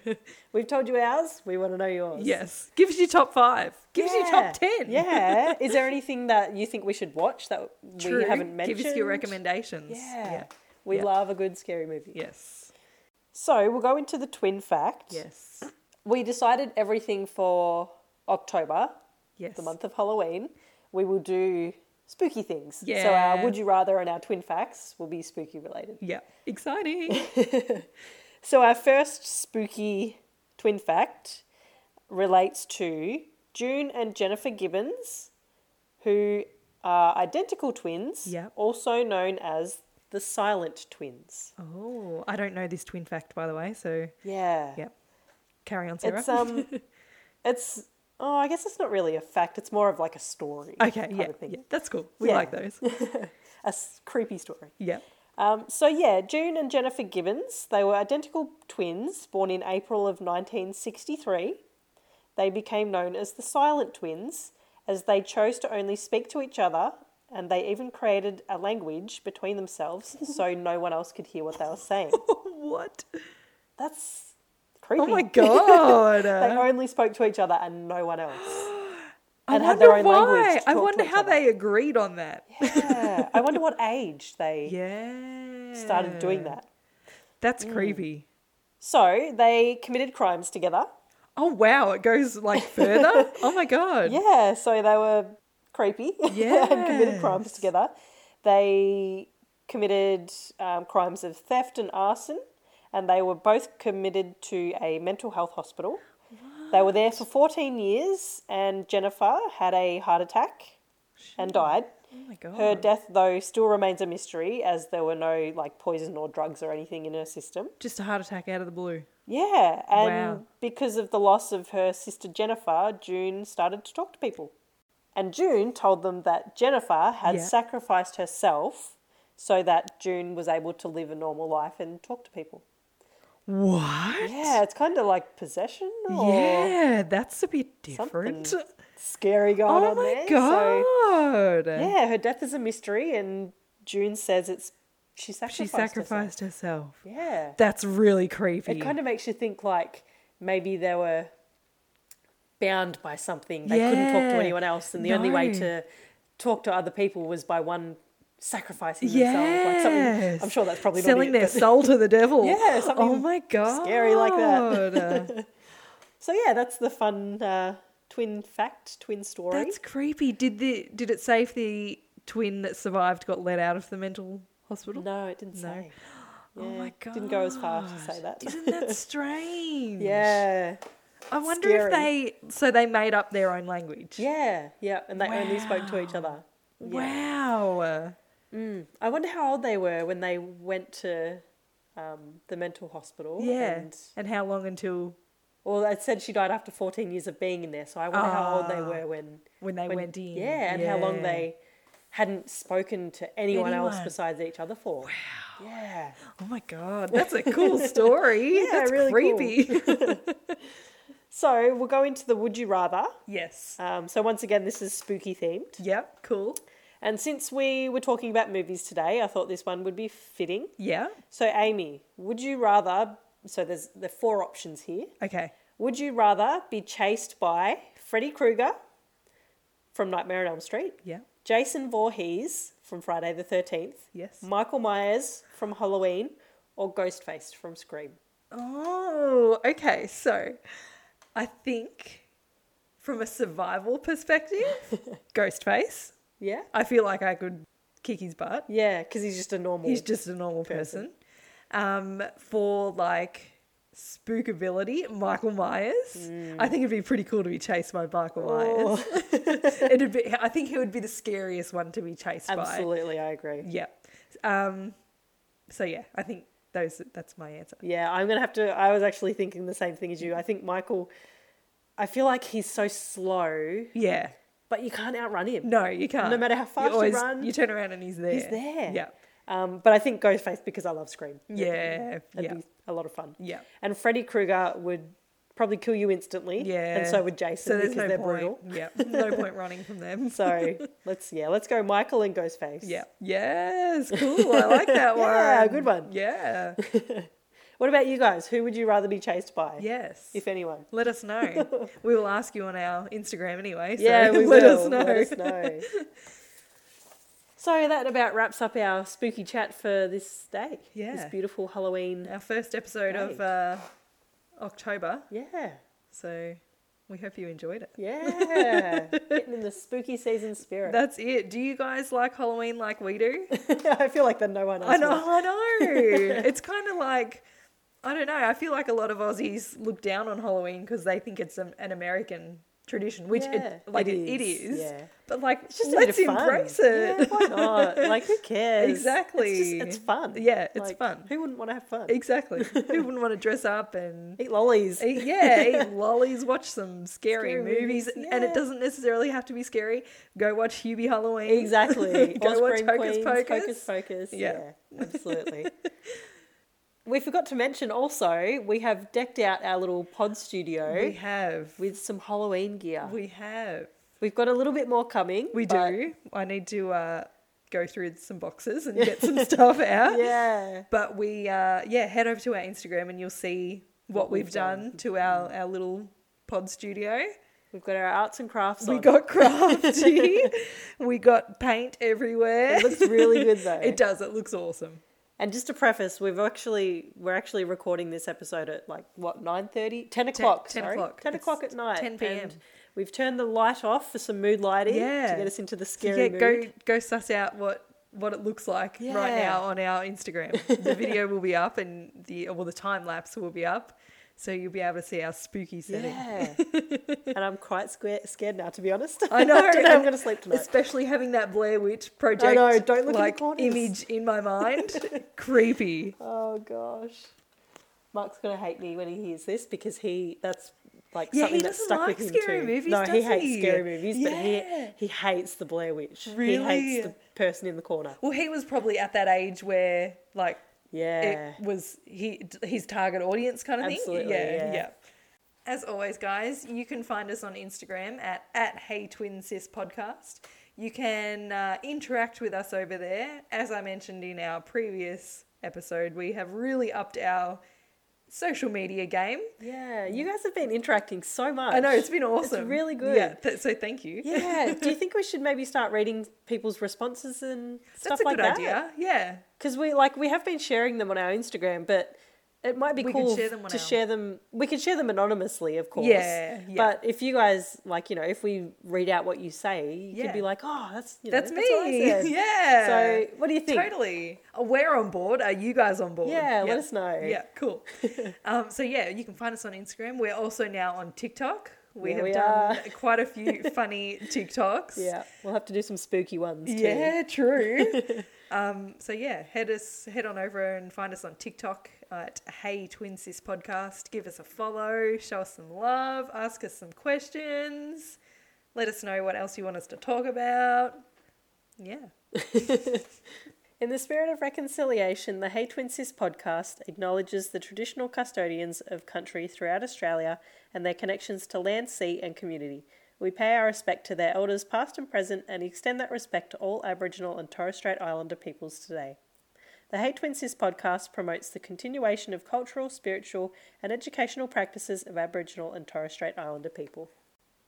Speaker 1: We've told you ours. We want to know yours.
Speaker 2: Yes. Give us your top five. Give us your top
Speaker 1: Yeah,
Speaker 2: ten.
Speaker 1: yeah. Is there anything that you think we should watch that
Speaker 2: True.
Speaker 1: we haven't mentioned?
Speaker 2: Give us your recommendations.
Speaker 1: Yeah.
Speaker 2: Yeah.
Speaker 1: We
Speaker 2: Yeah.
Speaker 1: love a good scary movie.
Speaker 2: Yes.
Speaker 1: So we'll go into the twin fact.
Speaker 2: Yes.
Speaker 1: We decided everything for October,
Speaker 2: Yes.
Speaker 1: the month of Halloween. We will do spooky things. So our
Speaker 2: Yeah.
Speaker 1: would you rather and our twin facts will be spooky related.
Speaker 2: Yeah. Exciting.
Speaker 1: So our first spooky twin fact relates to June and Jennifer Gibbons, who are identical twins,
Speaker 2: Yep.
Speaker 1: also known as the silent twins.
Speaker 2: oh, I don't know this twin fact, by the way. So
Speaker 1: Yeah.
Speaker 2: yeah. Carry on, Sarah.
Speaker 1: It's um, it's oh, I guess it's not really a fact. It's more of like a story.
Speaker 2: okay.
Speaker 1: kind
Speaker 2: Yeah,
Speaker 1: of thing.
Speaker 2: yeah. That's cool. We
Speaker 1: Yeah.
Speaker 2: like those.
Speaker 1: a s- creepy story.
Speaker 2: yeah.
Speaker 1: Um, so yeah, June and Jennifer Gibbons. They were identical twins, born in April of 1963. They became known as the Silent Twins, as they chose to only speak to each other, and they even created a language between themselves so no one else could hear what they were saying.
Speaker 2: what?
Speaker 1: That's creepy.
Speaker 2: Oh my god.
Speaker 1: They only spoke to each other and no one else.
Speaker 2: I
Speaker 1: and had
Speaker 2: wonder
Speaker 1: their own language
Speaker 2: why.
Speaker 1: to talk
Speaker 2: I
Speaker 1: to
Speaker 2: wonder
Speaker 1: each
Speaker 2: how
Speaker 1: other.
Speaker 2: they agreed on that.
Speaker 1: Yeah. I wonder what age they
Speaker 2: Yeah.
Speaker 1: started doing that. Mm.
Speaker 2: That's creepy.
Speaker 1: So they committed crimes together.
Speaker 2: Oh wow, it goes like further. oh my god.
Speaker 1: Yeah, so they were creepy and committed crimes
Speaker 2: Yes.
Speaker 1: together. They committed um, crimes of theft and arson, and they were both committed to a mental health hospital. They were there for 14 years, and Jennifer had a heart attack and died.
Speaker 2: Oh my god.
Speaker 1: Her death, though, still remains a mystery as there were no like poison or drugs or anything in her system.
Speaker 2: Just a heart attack out of the blue.
Speaker 1: Yeah, and
Speaker 2: Wow.
Speaker 1: because of the loss of her sister Jennifer, June started to talk to people. And June told them that Jennifer had
Speaker 2: Yeah.
Speaker 1: sacrificed herself so that June was able to live a normal life and talk to people.
Speaker 2: What?
Speaker 1: Yeah, it's kind of like possession or
Speaker 2: Yeah, that's a bit
Speaker 1: something
Speaker 2: different.
Speaker 1: scary going
Speaker 2: Oh
Speaker 1: on
Speaker 2: my
Speaker 1: there. So,
Speaker 2: god.
Speaker 1: yeah, her death is a mystery, and June says it's she sacrificed.
Speaker 2: She
Speaker 1: herself.
Speaker 2: sacrificed herself.
Speaker 1: Yeah.
Speaker 2: That's really creepy.
Speaker 1: It kind of makes you think like maybe there were bound by something. They couldn't talk to
Speaker 2: Yeah.
Speaker 1: anyone else, and the only way
Speaker 2: No.
Speaker 1: to talk to other people was by one sacrificing themselves. Like something, I'm
Speaker 2: Yes.
Speaker 1: sure that's probably
Speaker 2: Selling
Speaker 1: not it,
Speaker 2: their
Speaker 1: but-
Speaker 2: soul to the devil.
Speaker 1: Yeah,
Speaker 2: Oh
Speaker 1: something
Speaker 2: my god.
Speaker 1: scary like that.
Speaker 2: that.
Speaker 1: So yeah, that's the fun uh, twin fact, twin story.
Speaker 2: That's creepy. Did the did it say if the twin that survived got let out of the mental hospital?
Speaker 1: No, it didn't
Speaker 2: No.
Speaker 1: say.
Speaker 2: Oh
Speaker 1: Yeah,
Speaker 2: my god.
Speaker 1: Didn't go as far to say that.
Speaker 2: Isn't that strange?
Speaker 1: yeah.
Speaker 2: I wonder
Speaker 1: Scary.
Speaker 2: if they so they made up their own language.
Speaker 1: Yeah. Yeah. And they only spoke to each
Speaker 2: Wow.
Speaker 1: other. Yeah.
Speaker 2: Wow.
Speaker 1: Mm. I wonder how old they were when they went to um, the mental hospital.
Speaker 2: Yeah.
Speaker 1: And,
Speaker 2: And how long until
Speaker 1: well, it said she died after 14 years of being in there. So I wonder how old they
Speaker 2: Ah.
Speaker 1: were when.
Speaker 2: when they
Speaker 1: when-
Speaker 2: went in?
Speaker 1: Yeah. And how long
Speaker 2: Yeah.
Speaker 1: they hadn't spoken to anyone, else
Speaker 2: Anyone.
Speaker 1: besides each other for. Wow. Yeah.
Speaker 2: Oh my god, that's a cool story.
Speaker 1: Yeah,
Speaker 2: that's
Speaker 1: really cool.
Speaker 2: creepy.
Speaker 1: So we'll go into the would you rather.
Speaker 2: yes.
Speaker 1: Um, so once again, this is spooky themed.
Speaker 2: Yep. Cool.
Speaker 1: And since we were talking about movies today, I thought this one would be fitting.
Speaker 2: Yeah.
Speaker 1: So, Amy, would you rather? So, there's there are four options here.
Speaker 2: Okay.
Speaker 1: Would you rather be chased by Freddy Krueger from Nightmare on Elm Street,
Speaker 2: Yeah.
Speaker 1: Jason Voorhees from Friday the Thirteenth,
Speaker 2: Yes.
Speaker 1: Michael Myers from Halloween, or Ghostface from Scream?
Speaker 2: Oh, okay. So, I think from a survival perspective, Ghostface.
Speaker 1: Yeah,
Speaker 2: I feel like I could kick his butt.
Speaker 1: yeah, because he's just a normal.
Speaker 2: He's just a normal person. Um, for like spookability, Michael Myers. I think it'd be pretty cool to be chased by Michael
Speaker 1: Oh,
Speaker 2: Myers. it'd be. I think he would be the scariest one to be chased by.
Speaker 1: Absolutely, I agree.
Speaker 2: Yeah. Um, so yeah, I think those. That's my answer.
Speaker 1: Yeah, I'm gonna have to. I was actually thinking the same thing as you. I think Michael. I feel like he's so slow,
Speaker 2: Yeah.
Speaker 1: but you can't outrun him.
Speaker 2: No, you can't.
Speaker 1: No matter how fast you
Speaker 2: always-
Speaker 1: run,
Speaker 2: you turn around and he's there.
Speaker 1: He's there.
Speaker 2: Yeah.
Speaker 1: Um, but I think Ghostface because I love Scream.
Speaker 2: Yeah.
Speaker 1: That'd
Speaker 2: Yeah.
Speaker 1: be a lot of fun.
Speaker 2: Yeah.
Speaker 1: And Freddy Krueger would probably kill you instantly.
Speaker 2: Yeah.
Speaker 1: And so would Jason
Speaker 2: So there's
Speaker 1: because
Speaker 2: no
Speaker 1: they're
Speaker 2: point.
Speaker 1: brutal.
Speaker 2: Yeah. No point running from them.
Speaker 1: So let's yeah, let's go Michael and Ghostface.
Speaker 2: Yeah. Yes. Cool. I like that one.
Speaker 1: Yeah, good one.
Speaker 2: Yeah.
Speaker 1: What about you guys? Who would you rather be chased by?
Speaker 2: Yes.
Speaker 1: If anyone.
Speaker 2: let us know. we will ask you on our Instagram anyway. So
Speaker 1: yeah, we
Speaker 2: let
Speaker 1: will.
Speaker 2: us know.
Speaker 1: Let us know. so that about wraps up our spooky chat for this day. This
Speaker 2: Yeah.
Speaker 1: beautiful Halloween.
Speaker 2: Our first episode of
Speaker 1: Hey.
Speaker 2: uh, October.
Speaker 1: Yeah.
Speaker 2: So we hope you enjoyed it.
Speaker 1: Yeah. Getting in the spooky season spirit.
Speaker 2: That's it. Do you guys like Halloween like we do?
Speaker 1: I feel like that no one else
Speaker 2: I know,
Speaker 1: would.
Speaker 2: I know. it's kind of like I don't know. I feel like a lot of Aussies look down on Halloween because they think it's an, an American tradition, which
Speaker 1: Yeah,
Speaker 2: it, like it
Speaker 1: it
Speaker 2: it
Speaker 1: is,
Speaker 2: is.
Speaker 1: yeah.
Speaker 2: But like,
Speaker 1: It's just a
Speaker 2: let's
Speaker 1: bit of fun.
Speaker 2: embrace
Speaker 1: Yeah,
Speaker 2: it.
Speaker 1: why not? Like, who cares?
Speaker 2: Exactly.
Speaker 1: It's, just, it's fun.
Speaker 2: Yeah, it's
Speaker 1: Like,
Speaker 2: fun.
Speaker 1: Who wouldn't want to have fun?
Speaker 2: exactly. Who wouldn't want to dress up and
Speaker 1: Eat lollies.
Speaker 2: eat, yeah, eat lollies, watch some scary,
Speaker 1: Scary
Speaker 2: movies,
Speaker 1: movies,
Speaker 2: and it
Speaker 1: yeah.
Speaker 2: doesn't necessarily have to be scary. Go watch Hubie Halloween.
Speaker 1: Exactly.
Speaker 2: Go
Speaker 1: Or
Speaker 2: watch
Speaker 1: Scream
Speaker 2: Hocus
Speaker 1: Queens,
Speaker 2: Pocus.
Speaker 1: Hocus Pocus. Yeah,
Speaker 2: Yeah.
Speaker 1: absolutely. we forgot to mention also, we have decked out our little pod studio
Speaker 2: We have.
Speaker 1: with some Halloween gear.
Speaker 2: We have.
Speaker 1: We've got a little bit more coming.
Speaker 2: We
Speaker 1: but-
Speaker 2: do. I need to uh, go through some boxes and get some stuff out.
Speaker 1: Yeah.
Speaker 2: But we, uh, yeah, head over to our Instagram and you'll see what,
Speaker 1: What
Speaker 2: we've,
Speaker 1: we've Mm.
Speaker 2: done, to our, our little pod studio.
Speaker 1: We've got our arts and crafts
Speaker 2: We
Speaker 1: on.
Speaker 2: got crafty. we got paint everywhere.
Speaker 1: it looks really good though.
Speaker 2: It does. It looks awesome.
Speaker 1: And just to preface, we've actually we're actually recording this episode at like what 9:30? 10 o'clock.
Speaker 2: 10
Speaker 1: sorry.
Speaker 2: o'clock.
Speaker 1: 10
Speaker 2: It's
Speaker 1: o'clock at night.
Speaker 2: 10 p.m..
Speaker 1: and we've turned the light off for some mood lighting to
Speaker 2: Yeah.
Speaker 1: get us into the
Speaker 2: So
Speaker 1: scary
Speaker 2: yeah,
Speaker 1: mood.
Speaker 2: go go suss out what what it looks like right
Speaker 1: Yeah.
Speaker 2: now on our Instagram. the video will be up and the well the time lapse will be up, so you'll be able to see our spooky setting.
Speaker 1: Yeah. and I'm quite square, scared now, to be honest.
Speaker 2: I know.
Speaker 1: don't know how I'm going to sleep tonight.
Speaker 2: Especially having that Blair Witch project
Speaker 1: know, don't look at the
Speaker 2: like
Speaker 1: corners.
Speaker 2: image in my mind. Creepy.
Speaker 1: Oh, gosh. Mark's going to hate me when he hears this because he, that's like
Speaker 2: Yeah, he
Speaker 1: something that's
Speaker 2: doesn't
Speaker 1: stuck
Speaker 2: like
Speaker 1: with him
Speaker 2: scary
Speaker 1: too.
Speaker 2: movies,
Speaker 1: no, he
Speaker 2: does
Speaker 1: hates
Speaker 2: he?
Speaker 1: scary movies,
Speaker 2: Yeah.
Speaker 1: but he, he hates the Blair Witch. He
Speaker 2: Really?
Speaker 1: hates the person in the corner.
Speaker 2: Well, he was probably at that age where like
Speaker 1: Yeah.
Speaker 2: it was he his target audience kind of
Speaker 1: Absolutely,
Speaker 2: thing. Yeah,
Speaker 1: yeah.
Speaker 2: yeah. As always, guys, you can find us on Instagram at at Hey Twin Sis Podcast. You can uh, interact with us over there. As I mentioned in our previous episode, we have really upped our social media game.
Speaker 1: Yeah, you guys have been interacting so much.
Speaker 2: Mm. I know it's been awesome.
Speaker 1: really good.
Speaker 2: Yeah. Th- so thank you.
Speaker 1: yeah. Do you think we should maybe start reading people's responses and stuff
Speaker 2: That's a
Speaker 1: like
Speaker 2: good
Speaker 1: that?
Speaker 2: idea. Yeah.
Speaker 1: Because we like we have been sharing them on our Instagram, but it might be
Speaker 2: We can
Speaker 1: cool
Speaker 2: share them on
Speaker 1: to
Speaker 2: our-
Speaker 1: share them. We can share them anonymously, of course.
Speaker 2: Yeah, yeah.
Speaker 1: But if you guys like, you know, if we read out what you say, you
Speaker 2: Yeah.
Speaker 1: can be like, oh, that's you know,
Speaker 2: That's me.
Speaker 1: what I said."
Speaker 2: yeah.
Speaker 1: So what do you think?
Speaker 2: Totally. Uh, We're on board. Are you guys on board?
Speaker 1: Yeah, let us know.
Speaker 2: Yeah, cool. um, so yeah, you can find us on Instagram. We're also now on TikTok. We
Speaker 1: Yeah,
Speaker 2: have
Speaker 1: we
Speaker 2: done quite a few funny TikToks.
Speaker 1: Yeah, we'll have to do some spooky ones. Too.
Speaker 2: Yeah, true. um, so yeah, head us head on over and find us on TikTok at Hey Twin Sis Podcast. Give us a follow, show us some love, ask us some questions, let us know what else you want us to talk about. Yeah.
Speaker 1: In the spirit of reconciliation, the Hey Twin Sis podcast acknowledges the traditional custodians of country throughout Australia and their connections to land, sea, and community. We pay our respect to their elders, past and present, and extend that respect to all Aboriginal and Torres Strait Islander peoples today. The Hey Twin Sis podcast promotes the continuation of cultural, spiritual, and educational practices of Aboriginal and Torres Strait Islander people.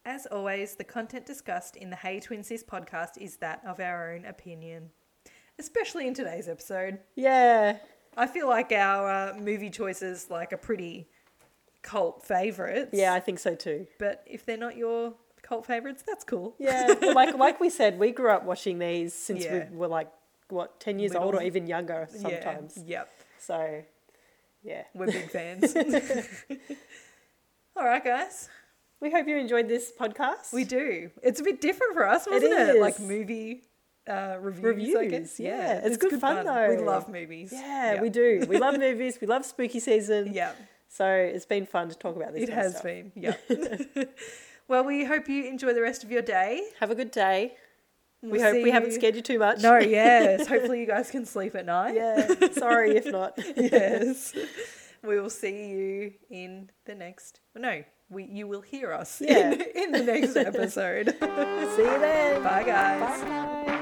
Speaker 2: As always, the content discussed in the Hey Twin Sis podcast is that of our own opinion, especially in today's episode.
Speaker 1: Yeah,
Speaker 2: I feel like our uh, movie choices like are pretty cult favorites.
Speaker 1: yeah, I think so too.
Speaker 2: But if they're not your cult favorites, that's cool.
Speaker 1: Yeah, well, like like we said, we grew up watching these since
Speaker 2: Yeah.
Speaker 1: we were like what ten years
Speaker 2: Little.
Speaker 1: old or even younger sometimes.
Speaker 2: Yeah. Yep.
Speaker 1: So, yeah,
Speaker 2: We're big fans. All right, guys.
Speaker 1: we hope you enjoyed this podcast.
Speaker 2: We do. It's a bit different for us, wasn't it?
Speaker 1: is.
Speaker 2: Like movie uh, reviews, I
Speaker 1: Reviews,
Speaker 2: guess.
Speaker 1: yeah. It's good fun,
Speaker 2: We
Speaker 1: though.
Speaker 2: love movies.
Speaker 1: yeah,
Speaker 2: Yep.
Speaker 1: we do. We love movies. We love spooky season.
Speaker 2: Yep.
Speaker 1: So it's been fun to talk about this.
Speaker 2: It
Speaker 1: kind of
Speaker 2: has
Speaker 1: stuff.
Speaker 2: been. Yeah. well, we hope you enjoy the rest of your day.
Speaker 1: Have a good day. We
Speaker 2: We'll
Speaker 1: hope
Speaker 2: see
Speaker 1: we haven't
Speaker 2: you-
Speaker 1: scared you too much.
Speaker 2: No, yes. Hopefully, you guys can sleep at night.
Speaker 1: yeah. Sorry if not.
Speaker 2: yes. We will see you in the next. No, we you will hear us
Speaker 1: Yeah.
Speaker 2: in, in the next episode.
Speaker 1: See you then.
Speaker 2: Bye, guys.
Speaker 1: Bye.